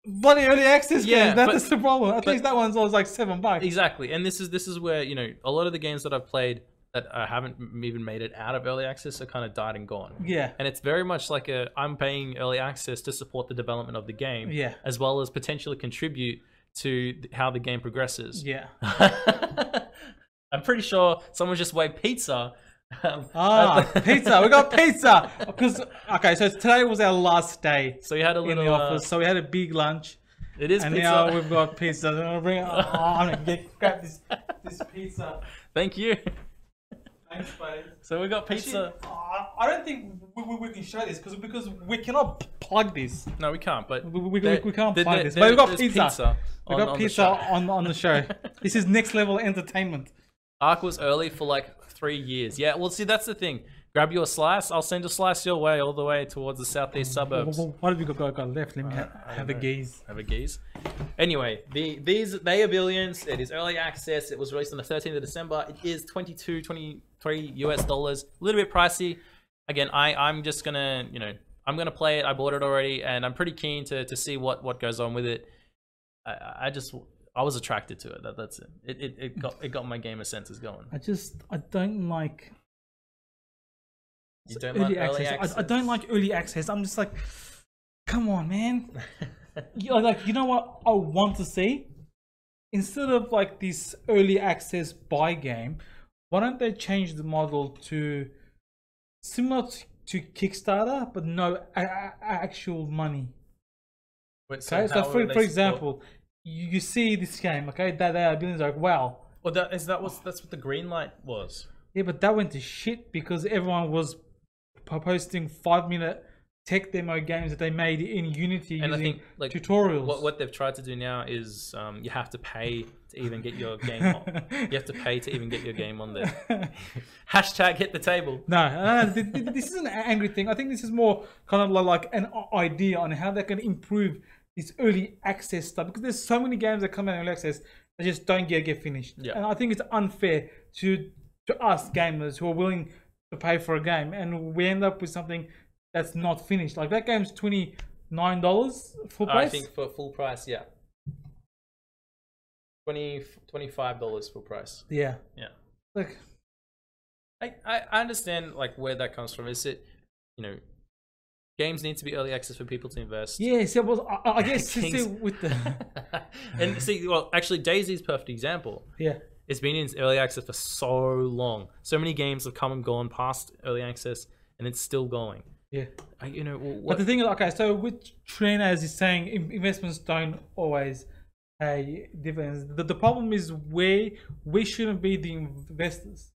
Speaker 1: Bloody early access
Speaker 2: Yeah,
Speaker 1: games, that
Speaker 2: but-
Speaker 1: is the problem. At
Speaker 2: but-
Speaker 1: least that one's always like seven bucks.
Speaker 2: Exactly, and this is this is where you know a lot of the games that I've played that I haven't m- even made it out of early access are kind of died and gone.
Speaker 1: Yeah.
Speaker 2: And it's very much like a I'm paying early access to support the development of the game,
Speaker 1: Yeah.
Speaker 2: as well as potentially contribute to th- how the game progresses.
Speaker 1: Yeah.
Speaker 2: I'm pretty sure someone just waved pizza. Um,
Speaker 1: Ah,
Speaker 2: at the-
Speaker 1: pizza. We got pizza. Because okay, so today was our last day
Speaker 2: So you had a
Speaker 1: in
Speaker 2: little.
Speaker 1: the
Speaker 2: uh,
Speaker 1: office, so we had a big lunch,
Speaker 2: it is
Speaker 1: and
Speaker 2: pizza.
Speaker 1: now we've got pizza. And I'll bring. Oh, I'm gonna get grab this this pizza.
Speaker 2: Thank you.
Speaker 1: Thanks, buddy.
Speaker 2: So we got
Speaker 1: Actually,
Speaker 2: pizza.
Speaker 1: oh, I don't think we, we, we can show this because because we cannot p- plug this.
Speaker 2: No, we can't. But
Speaker 1: We, we,
Speaker 2: there-
Speaker 1: we can't
Speaker 2: there-
Speaker 1: plug
Speaker 2: there-
Speaker 1: this.
Speaker 2: there-
Speaker 1: But we got
Speaker 2: there's
Speaker 1: pizza. We
Speaker 2: on-
Speaker 1: got
Speaker 2: on the
Speaker 1: pizza
Speaker 2: show.
Speaker 1: on on the show. this is next level entertainment.
Speaker 2: Arc was early for like three years. Yeah, well, see, that's the thing. Grab your slice. I'll send a slice your way all the way towards the southeast suburbs.
Speaker 1: What, what have you got, got, got left? Let me ha-
Speaker 2: Uh, I
Speaker 1: have a
Speaker 2: don't know.
Speaker 1: gaze.
Speaker 2: Have a geese. Anyway, the, these they are billions. It is early access. It was released on the 13th of December. It is 22, 23 US dollars. A little bit pricey. Again, I I'm just gonna you know I'm gonna play it. I bought it already, and I'm pretty keen to to see what what goes on with it. I I just I was attracted to it. That, that's it. It, it. it got it got my gamer senses going.
Speaker 1: I just I don't like
Speaker 2: You don't
Speaker 1: early
Speaker 2: like early
Speaker 1: access.
Speaker 2: access.
Speaker 1: I, I don't like early access. I'm just like, come on, man. you know, like you know what I want to see? Instead of like this early access buy game, why don't they change the model to similar to, to Kickstarter, but no a- a- actual money?
Speaker 2: Wait, so
Speaker 1: Okay, so,
Speaker 2: how
Speaker 1: for,
Speaker 2: would
Speaker 1: for
Speaker 2: they support-
Speaker 1: example, you, you see this game, okay, that they are billions like wow.
Speaker 2: well, that is that was that's what the green light was.
Speaker 1: Yeah, but that went to shit because everyone was p- posting five minute tech demo games that they made in Unity
Speaker 2: And I
Speaker 1: using
Speaker 2: think, like,
Speaker 1: tutorials.
Speaker 2: What what they've tried to do now is um, you have to pay to even get your game. on. You have to pay to even get your game on there. Hashtag hit the table.
Speaker 1: No, no, no, th- th- this is an angry thing. I think this is more kind of li- like an i- idea on how they can improve this early access stuff because there's so many games that come out in early access that just don't get get finished.
Speaker 2: Yeah.
Speaker 1: And I think it's unfair to to us gamers who are willing to pay for a game and we end up with something that's not finished. Like that game's twenty nine dollars full price.
Speaker 2: I think for full price, yeah. 20 25 dollars full price.
Speaker 1: yeah.
Speaker 2: Yeah.
Speaker 1: Like
Speaker 2: I, I I understand like where that comes from. Is it you know games need to be early access for people to invest.
Speaker 1: yeah, so well, I, I guess it's
Speaker 2: Kings.
Speaker 1: still with the
Speaker 2: and see, well, actually, Daisy's a perfect example.
Speaker 1: yeah.
Speaker 2: it's been in early access for so long. So many games have come and gone past early access, and it's still going.
Speaker 1: Yeah.
Speaker 2: I, you know, wh-
Speaker 1: But
Speaker 2: what,
Speaker 1: the thing is, okay, so with Trina, as he's saying, in- investments don't always pay dividends. The, the problem is where we shouldn't be the investors.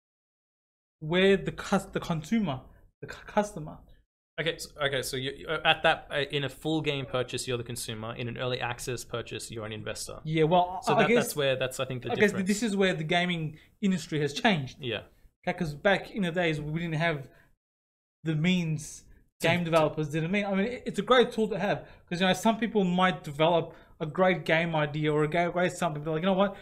Speaker 1: We're the cus- the consumer, the cu- customer.
Speaker 2: okay, so, okay, so you you- at that uh, in a full game purchase, you're the consumer. In an early access purchase, you're an investor.
Speaker 1: Yeah, well,
Speaker 2: So
Speaker 1: I, I
Speaker 2: that,
Speaker 1: guess
Speaker 2: that's where that's I think the
Speaker 1: I guess
Speaker 2: difference.
Speaker 1: this is where the gaming industry has changed.
Speaker 2: yeah,
Speaker 1: Because back in the days, we didn't have the means. Game developers didn't mean. I mean, it- it's a great tool to have because you know some people might develop a great game idea or a ga- great something. They're like, you know what,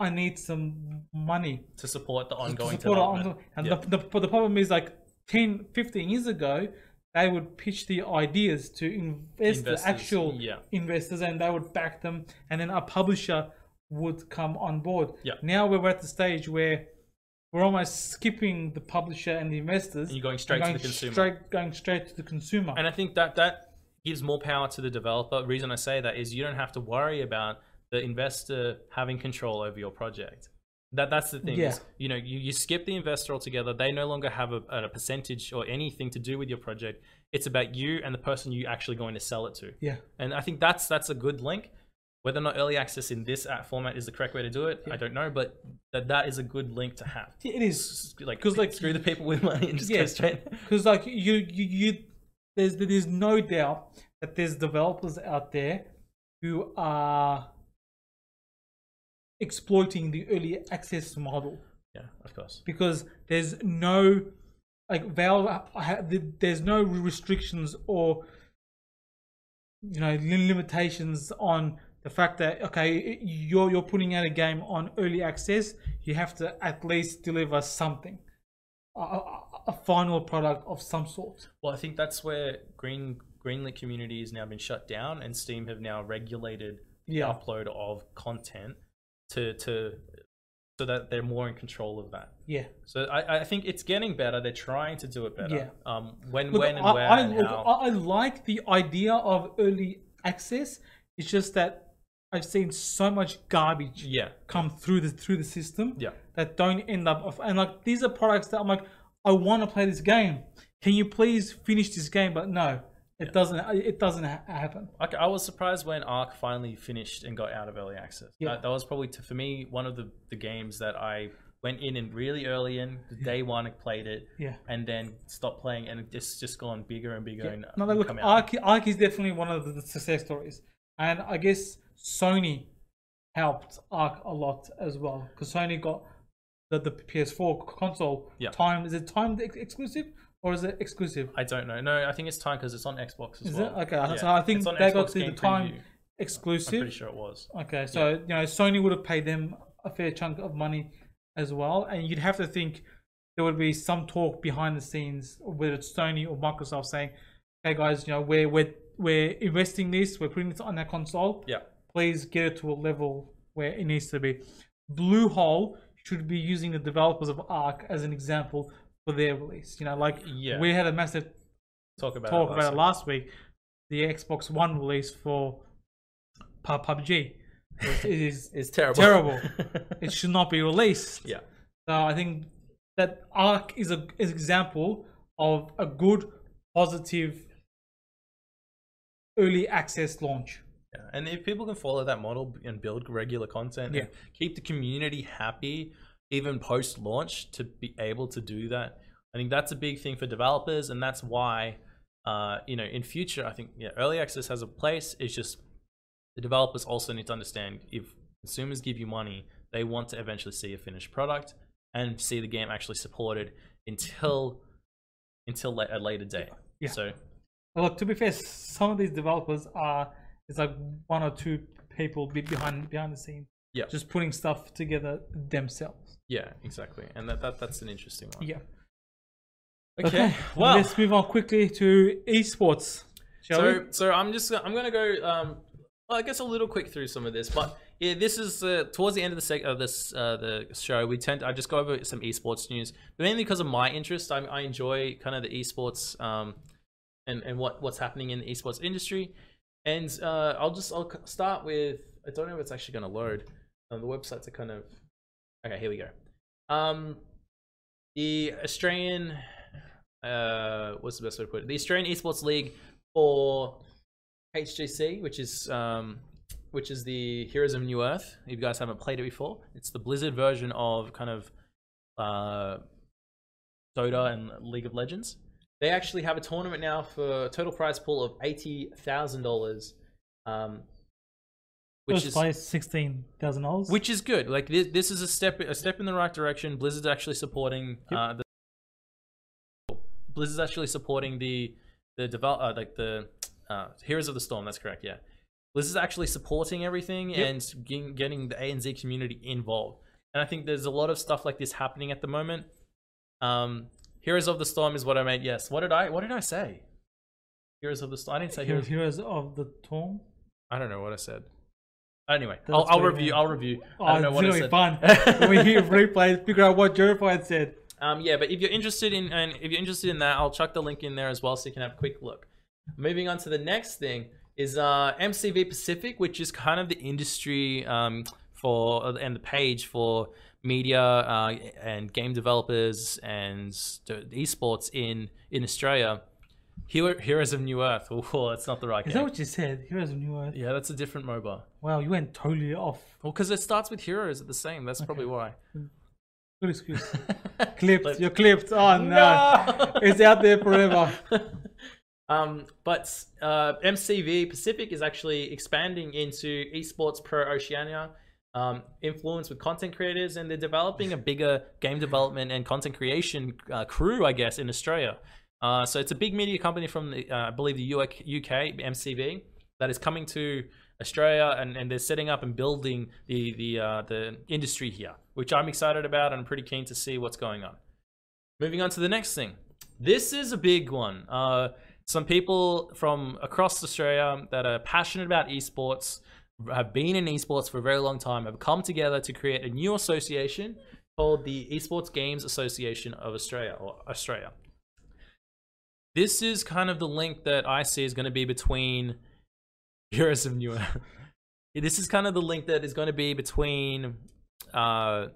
Speaker 1: I need some money
Speaker 2: to support the
Speaker 1: to
Speaker 2: ongoing
Speaker 1: support our
Speaker 2: development.
Speaker 1: ongoing- And
Speaker 2: Yeah.
Speaker 1: the, the, but the problem is like 10, 15 years ago, they would pitch the ideas to invest
Speaker 2: Investors,
Speaker 1: the actual
Speaker 2: yeah.
Speaker 1: investors, and they would back them, and then a publisher would come on board.
Speaker 2: Yeah.
Speaker 1: Now we're at the stage where we're almost skipping the publisher and the investors.
Speaker 2: And you're going straight to the consumer.
Speaker 1: Straight, going straight to the consumer.
Speaker 2: And I think that that gives more power to the developer. Reason I say that is you don't have to worry about the investor having control over your project. That that's the thing. Is,
Speaker 1: Yeah.
Speaker 2: you know, you, you skip the investor altogether. They no longer have a, a percentage or anything to do with your project. It's about you and the person you actually going to sell it to.
Speaker 1: yeah.
Speaker 2: And I think that's that's a good link. Whether or not early access in this app format is the correct way to do it, I don't know, but that that is a good link to have.
Speaker 1: Yeah, It is.
Speaker 2: S- Like,
Speaker 1: 'Cause, like,
Speaker 2: like screw the people with money and just
Speaker 1: Yeah.
Speaker 2: go straight.
Speaker 1: because like you you you there's there's no doubt that there's developers out there who are exploiting the early access model
Speaker 2: Yeah, of course.
Speaker 1: because there's no like Valve ha- there's no restrictions or you know li- limitations on the fact that okay you're you're putting out a game on early access you have to at least deliver something a, a, a final product of some sort
Speaker 2: Well, I think that's where Green Greenlit community has now been shut down, and Steam have now regulated the
Speaker 1: Yeah.
Speaker 2: upload of content to to so that they're more in control of that.
Speaker 1: Yeah.
Speaker 2: So I, I think it's getting better. They're trying to do it better.
Speaker 1: Yeah.
Speaker 2: Um, when,
Speaker 1: Look,
Speaker 2: when, and
Speaker 1: I,
Speaker 2: where,
Speaker 1: I,
Speaker 2: and
Speaker 1: look,
Speaker 2: how.
Speaker 1: I- I like the idea of early access. It's just that I've seen so much garbage
Speaker 2: yeah.
Speaker 1: come through the through the system
Speaker 2: Yeah.
Speaker 1: that don't end up of, and like these are products that I'm like I want to play this game. Can you please finish this game? But no, it doesn't. It doesn't ha- happen.
Speaker 2: Like, I was surprised when Ark finally finished and got out of early access.
Speaker 1: Yeah.
Speaker 2: That, that was probably t- for me one of the, the games that I went in and really early in the day one I played it,
Speaker 1: Yeah.
Speaker 2: and then stopped playing and it's just gone bigger and bigger and
Speaker 1: No, no,
Speaker 2: and
Speaker 1: look,
Speaker 2: come out.
Speaker 1: Ark, Ark is definitely one of the, the success stories, and I guess Sony helped Ark a lot as well because Sony got the, the PS4 c- console.
Speaker 2: Yeah.
Speaker 1: Time is it timed ex- exclusive or is it exclusive?
Speaker 2: I don't know. No, I think it's time because it's on Xbox as
Speaker 1: Is
Speaker 2: well.
Speaker 1: it okay?
Speaker 2: Yeah.
Speaker 1: So I think
Speaker 2: It's on
Speaker 1: they got
Speaker 2: Xbox
Speaker 1: the, the
Speaker 2: Game
Speaker 1: time
Speaker 2: Preview. I'm
Speaker 1: exclusive.
Speaker 2: pretty sure it was.
Speaker 1: Okay, so you know Sony would have paid them a fair chunk of money as well, and you'd have to think there would be some talk behind the scenes, whether it's Sony or Microsoft, saying, "Hey guys, you know we're we're we're investing this, we're putting this on our console.
Speaker 2: Yeah.
Speaker 1: Please get it to a level where it needs to be." Bluehole should be using the developers of Arc as an example for their release. You know, like
Speaker 2: Yeah.
Speaker 1: we had a massive
Speaker 2: Talk about
Speaker 1: talk
Speaker 2: it.
Speaker 1: about
Speaker 2: last
Speaker 1: it last week. The Xbox One release for Pub- PUBG was- it is
Speaker 2: week. It's terrible.
Speaker 1: terrible. it should not be released.
Speaker 2: yeah.
Speaker 1: So I think that Arc is a is example of a good, positive, early access launch.
Speaker 2: Yeah. And if people can follow that model and build regular content
Speaker 1: Yeah.
Speaker 2: and keep the community happy, even post launch, to be able to do that, I think that's a big thing for developers. And that's why, uh, you know, in future, I think yeah, early access has a place. It's just the developers also need to understand if consumers give you money, they want to eventually see a finished product and see the game actually supported until until la- a later date.
Speaker 1: Yeah.
Speaker 2: So
Speaker 1: But look, to be fair, some of these developers are it's like one or two people be behind behind the scenes.
Speaker 2: Yeah.
Speaker 1: Just putting stuff together themselves.
Speaker 2: yeah, exactly. And that, that that's an interesting one.
Speaker 1: Yeah.
Speaker 2: Okay. Well,
Speaker 1: let's move on quickly to esports. Shall
Speaker 2: so
Speaker 1: we?
Speaker 2: so I'm just I'm gonna go um well, I guess a little quick through some of this, but yeah, this is uh, towards the end of the sec- of this uh, the show. We tend I just go over some esports news, but mainly because of my interest. I, I enjoy kind of the esports um and and what what's happening in the esports industry, and uh, I'll just I'll c- start with I don't know if it's actually gonna load. Um, the websites are kind of okay. Here we go. Um, the Australian uh, what's the best way to put it? The Australian Esports League for HGC, which is um, which is the Heroes of New Earth. If you guys haven't played it before, it's the Blizzard version of kind of uh, Dota and League of Legends. They actually have a tournament now for a total prize pool of eighty thousand dollars, um, which
Speaker 1: First
Speaker 2: is
Speaker 1: place sixteen thousand dollars.
Speaker 2: which is good. Like this, this is a step a step in the right direction. Blizzard's actually supporting uh, the Blizzard's actually supporting the the develop uh, like the uh, Heroes of the Storm. That's correct. Yeah, Blizzard's actually supporting everything
Speaker 1: Yep.
Speaker 2: and getting, getting the ANZ community involved. And I think there's a lot of stuff like this happening at the moment. Um, Heroes of the Storm is what I meant. Yes. What did I What did I say? Heroes of the Storm. I didn't say
Speaker 1: Hero-
Speaker 2: Heroes.
Speaker 1: Heroes of the Storm.
Speaker 2: I don't know what I said. Anyway,
Speaker 1: That's
Speaker 2: I'll, I'll
Speaker 1: what you
Speaker 2: review.
Speaker 1: meant.
Speaker 2: I'll review.
Speaker 1: Oh,
Speaker 2: I don't know what I
Speaker 1: it's
Speaker 2: said.
Speaker 1: gonna be fun. when we hear replays, figure out what Jeremiah said.
Speaker 2: Um, yeah, but if you're interested in and if you're interested in that, I'll chuck the link in there as well, so you can have a quick look. Moving on to the next thing is uh, MCV Pacific, which is kind of the industry um, for and the page for media uh, and game developers and esports in in Australia. Hero, Heroes of New Earth. Oh, that's not the right
Speaker 1: Is that
Speaker 2: game.
Speaker 1: what you said? Heroes of New Earth.
Speaker 2: yeah, that's a different MOBA.
Speaker 1: Wow, you went totally off.
Speaker 2: Well, because it starts with heroes at the same. That's probably why.
Speaker 1: Good excuse. clipped. You're clipped. Oh no.
Speaker 2: No!
Speaker 1: It's out there forever.
Speaker 2: um, but uh, MCV Pacific is actually expanding into esports pro Oceania, um, influence with content creators, and they're developing a bigger game development and content creation uh, crew, I guess, in Australia. Uh, so it's a big media company from the, uh, I believe, the UK, MCV, that is coming to Australia, and, and they're setting up and building the the uh, the industry here, which I'm excited about, and I'm pretty keen to see what's going on. Moving on to the next thing. This is a big one. Uh, some people from across Australia that are passionate about esports have been in esports for a very long time have come together to create a new association called the Esports Games Association of Australia or Australia. This is kind of the link that I see is going to be between heroes of new. this is kind of the link that is going to be between uh,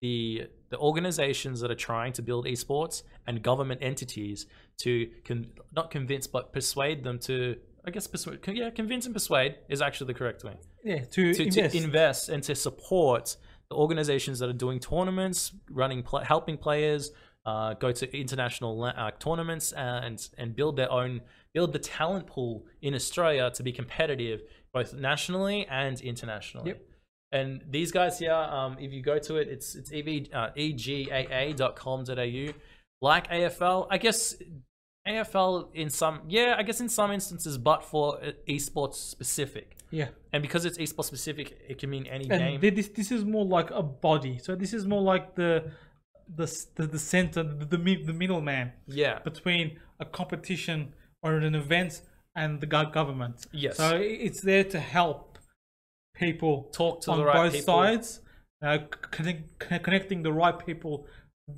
Speaker 2: the the organizations that are trying to build esports and government entities to con- not convince but persuade them to I guess persuade con- yeah convince and persuade is actually the correct way
Speaker 1: Yeah, to,
Speaker 2: to
Speaker 1: invest.
Speaker 2: to invest and to support the organizations that are doing tournaments, running pl- helping players uh, go to international la- uh, tournaments and and build their own build the talent pool in Australia to be competitive both nationally and internationally.
Speaker 1: Yep.
Speaker 2: And these guys here, um, if you go to it, it's it's ev, uh, egaa.com.au. Like AFL, I guess AFL in some yeah, I guess in some instances, but for uh, esports specific
Speaker 1: yeah.
Speaker 2: and because it's esports specific, it can mean any
Speaker 1: And
Speaker 2: game.
Speaker 1: thi- this this is more like a body. So this is more like the the s- the, the center, the the, mi- the middleman
Speaker 2: yeah,
Speaker 1: between a competition or an event and the go- government.
Speaker 2: Yes.
Speaker 1: So i- it's there to help people
Speaker 2: talk to
Speaker 1: on
Speaker 2: the right
Speaker 1: both
Speaker 2: people.
Speaker 1: sides, uh, c- connect, c- connecting the right people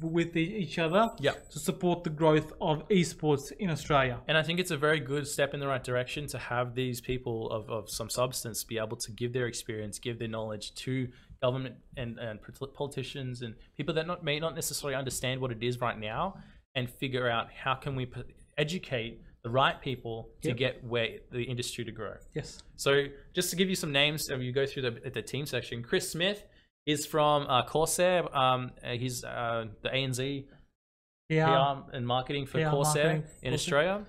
Speaker 1: with e- each other
Speaker 2: Yeah.
Speaker 1: to support the growth of esports in Australia.
Speaker 2: And I think it's a very good step in the right direction to have these people of, of some substance be able to give their experience, give their knowledge to government and, and polit- politicians and people that not, may not necessarily understand what it is right now and figure out how can we p- educate the right people to
Speaker 1: Yep.
Speaker 2: get where the industry to grow.
Speaker 1: Yes.
Speaker 2: So just to give you some names, if you go through the at the team section, Chris Smith is from uh, Corsair. Um, uh, he's uh, the ANZ
Speaker 1: Yeah.
Speaker 2: PR and marketing for
Speaker 1: PR
Speaker 2: Corsair
Speaker 1: marketing,
Speaker 2: in
Speaker 1: Corsair.
Speaker 2: Australia.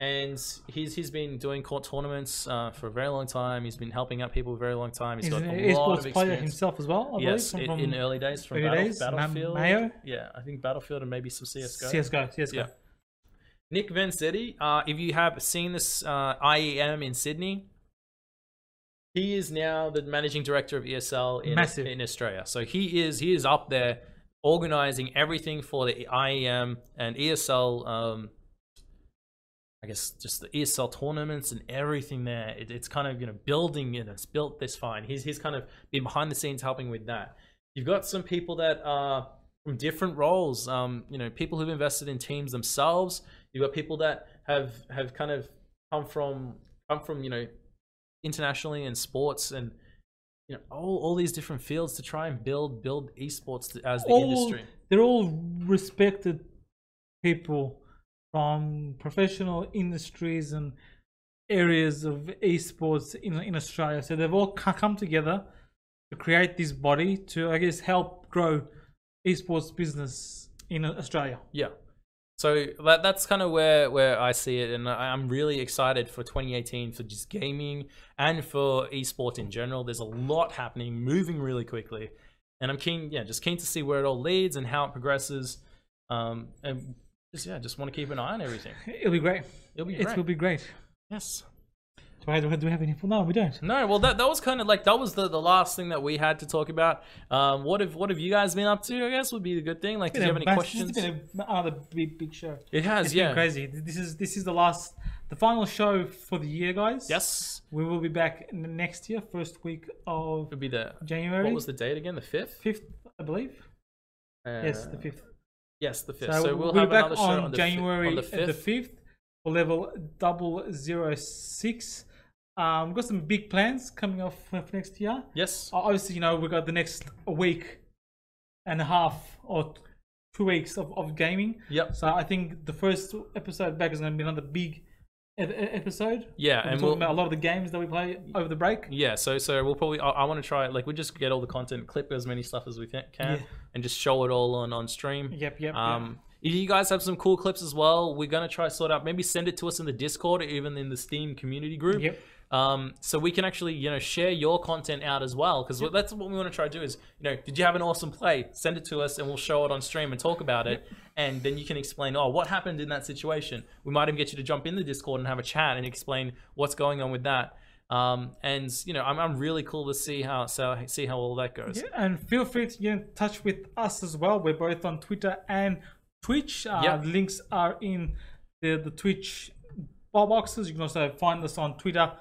Speaker 2: And he's he's been doing court tournaments uh, for a very long time. He's been helping out people for a very long time.
Speaker 1: He's
Speaker 2: got
Speaker 1: an
Speaker 2: a lot of
Speaker 1: esports player
Speaker 2: experience.
Speaker 1: himself as well, I
Speaker 2: Yes,
Speaker 1: believe.
Speaker 2: in,
Speaker 1: from-
Speaker 2: in
Speaker 1: from
Speaker 2: early days from
Speaker 1: early
Speaker 2: Battle-
Speaker 1: days, Ma-
Speaker 2: Battlefield.
Speaker 1: Mayo?
Speaker 2: Yeah, I think Battlefield and maybe some CS:GO.
Speaker 1: CSGO. CSGO.
Speaker 2: Yeah. Nick Vanzetti, uh, if you have seen this uh, IEM in Sydney, he is now the managing director of ESL in,
Speaker 1: Massive.
Speaker 2: in Australia. So he is he is up there organizing everything for the IEM and ESL. Um, I guess just the ESL tournaments and everything there. It, it's kind of you know building and it's built this fine. He's he's kind of been behind the scenes helping with that. You've got some people that are from different roles. Um, you know, people who've invested in teams themselves. You've got people that have have kind of come from come from you know internationally in sports and you know all, all these different fields to try and build build E esports to, as the
Speaker 1: all
Speaker 2: industry.
Speaker 1: they're all respected people from professional industries and areas of esports in in Australia. So they've all co- come together to create this body to, I guess, help grow esports business in Australia.
Speaker 2: Yeah. So that that's kind of where where I see it, and I, I'm really excited for 2018 for just gaming and for esports in general. There's a lot happening, moving really quickly, and I'm keen, yeah, just keen to see where it all leads and how it progresses, um, and just yeah, just want to keep an eye on everything.
Speaker 1: It'll be great.
Speaker 2: It'll be
Speaker 1: It
Speaker 2: great.
Speaker 1: will be great.
Speaker 2: yes.
Speaker 1: Do, I, do I- do we have any? No, we don't.
Speaker 2: No, well that that was kind of like that was the, the last thing that we had to talk about. Um, what have what have you guys been up to? I guess would be a good thing. Like, do you have any questions?
Speaker 1: It's been a- another big, big show.
Speaker 2: It has,
Speaker 1: It's
Speaker 2: yeah.
Speaker 1: been crazy. This is this is the last, the final show for the year, guys.
Speaker 2: Yes,
Speaker 1: We will be back n- next year, first week of
Speaker 2: would be the
Speaker 1: January.
Speaker 2: what was the date again? The fifth.
Speaker 1: fifth, I believe? yes, the
Speaker 2: Uh,
Speaker 1: fifth.
Speaker 2: Yes, the fifth.
Speaker 1: So,
Speaker 2: So, we'll
Speaker 1: be
Speaker 2: have
Speaker 1: back
Speaker 2: another show
Speaker 1: on,
Speaker 2: on, the
Speaker 1: January uh,
Speaker 2: Fi- on the fifth.
Speaker 1: for level double zero six. Um, we've got some big plans coming up for for next year.
Speaker 2: yes.
Speaker 1: Uh, Obviously, you know we got the next week and a half or two weeks of, of gaming.
Speaker 2: Yep.
Speaker 1: So I think the first episode back is going to be another big e- e- episode.
Speaker 2: Yeah,
Speaker 1: We're
Speaker 2: and
Speaker 1: talking
Speaker 2: we'll-
Speaker 1: about a lot of the games that we play over the break.
Speaker 2: Yeah. So so we'll probably. I, I want to try. Like we just get all the content, clip as many stuff as we can, can
Speaker 1: Yeah.
Speaker 2: and just show it all on on stream.
Speaker 1: Yep, yep,
Speaker 2: Um. If you guys have some cool clips as well, we're gonna try sort out. Maybe send it to us in the Discord or even in the Steam community group.
Speaker 1: Yep.
Speaker 2: Um, so we can actually, you know, share your content out as well, because that's what we want to try to do is, you know, did you have an awesome play? Send it to us, and we'll show it on stream and talk about it, and then you can explain, oh, what happened in that situation. We might even get you to jump in the Discord and have a chat and explain what's going on with that. Um, and you know, I'm, I'm really cool to see how so see how all that goes.
Speaker 1: Yeah, and feel free to get in touch with us as well. We're both on Twitter and Twitch. Uh,
Speaker 2: Yep.
Speaker 1: The links are in the, the Twitch bar boxes. You can also find us on Twitter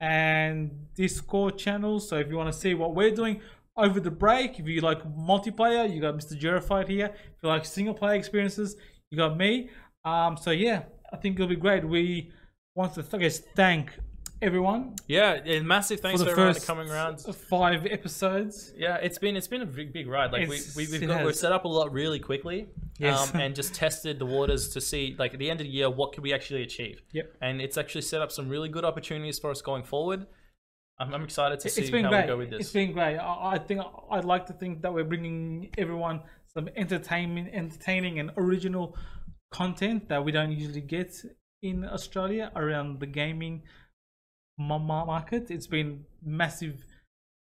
Speaker 1: and Discord channels. So if you want to see what we're doing over the break, if you like multiplayer, you got Mr. Jerified here. If you like single player experiences, you got me. Um, so yeah, I think it'll be great. We want to th- I guess thank everyone
Speaker 2: Yeah, and massive
Speaker 1: for
Speaker 2: thanks
Speaker 1: the
Speaker 2: for everyone for
Speaker 1: first
Speaker 2: coming around.
Speaker 1: five episodes.
Speaker 2: Yeah, it's been it's been a big big ride. Like we,
Speaker 1: It's-
Speaker 2: we we've
Speaker 1: it
Speaker 2: got,
Speaker 1: has.
Speaker 2: we've set up a lot really quickly,
Speaker 1: Yes.
Speaker 2: um, and just tested the waters to see like at the end of the year what could we actually achieve.
Speaker 1: Yep.
Speaker 2: and it's actually set up some really good opportunities for us going forward. I'm, I'm excited to see
Speaker 1: it's been
Speaker 2: how
Speaker 1: great.
Speaker 2: we go with this.
Speaker 1: It's been great. I, I think I'd like to think that we're bringing everyone some entertainment, entertaining and original content that we don't usually get in Australia around the gaming ma- ma- market. It's been massive,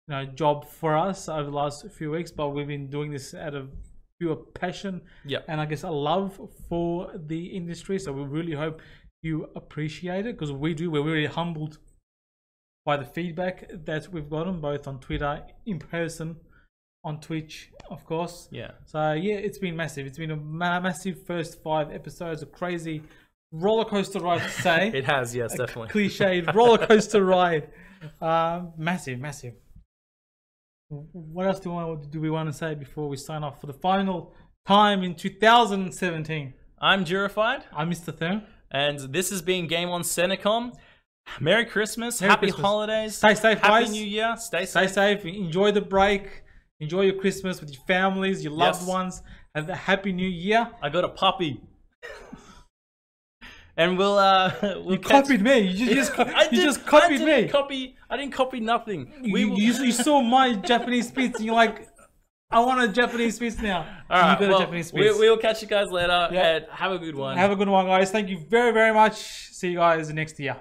Speaker 1: you know, job for us over the last few weeks, but we've been doing this out of pure passion
Speaker 2: Yeah.
Speaker 1: and I guess a love for the industry. So we really hope you appreciate it because we do. We're really humbled by the feedback that we've gotten both on Twitter, in person, on Twitch, of course.
Speaker 2: yeah,
Speaker 1: So yeah, it's been massive. It's been a ma- massive first five episodes, a crazy roller coaster ride to say.
Speaker 2: it has. Yes, definitely.
Speaker 1: Cliched roller coaster ride. Um, massive, massive. What else do we, want, do we want to say before we sign off for the final time in 2017?
Speaker 2: I'm jurified,
Speaker 1: I'm Mr. Therm.
Speaker 2: and this has been Game on Senecom. Merry Christmas,
Speaker 1: Merry
Speaker 2: happy
Speaker 1: Christmas.
Speaker 2: holidays,
Speaker 1: Stay safe,
Speaker 2: happy
Speaker 1: guys.
Speaker 2: New Year, stay
Speaker 1: Stay
Speaker 2: safe.
Speaker 1: safe. Enjoy the break. Enjoy your Christmas with your families, your loved
Speaker 2: Yes.
Speaker 1: ones. Have a happy new year.
Speaker 2: I got a puppy, and we'll uh, we'll
Speaker 1: You
Speaker 2: catch-
Speaker 1: copied me. You just,
Speaker 2: I
Speaker 1: you
Speaker 2: did-
Speaker 1: just copied me.
Speaker 2: I didn't Copy. I didn't copy nothing. We
Speaker 1: you,
Speaker 2: will-
Speaker 1: you, you saw my Japanese speech and you're like, I want a Japanese speech now.
Speaker 2: All right.
Speaker 1: you got
Speaker 2: well,
Speaker 1: a Japanese speech.
Speaker 2: we, we will catch you guys later.
Speaker 1: Yeah.
Speaker 2: And have a good one.
Speaker 1: Have a good one, guys. Thank you very, very much. See you guys next year.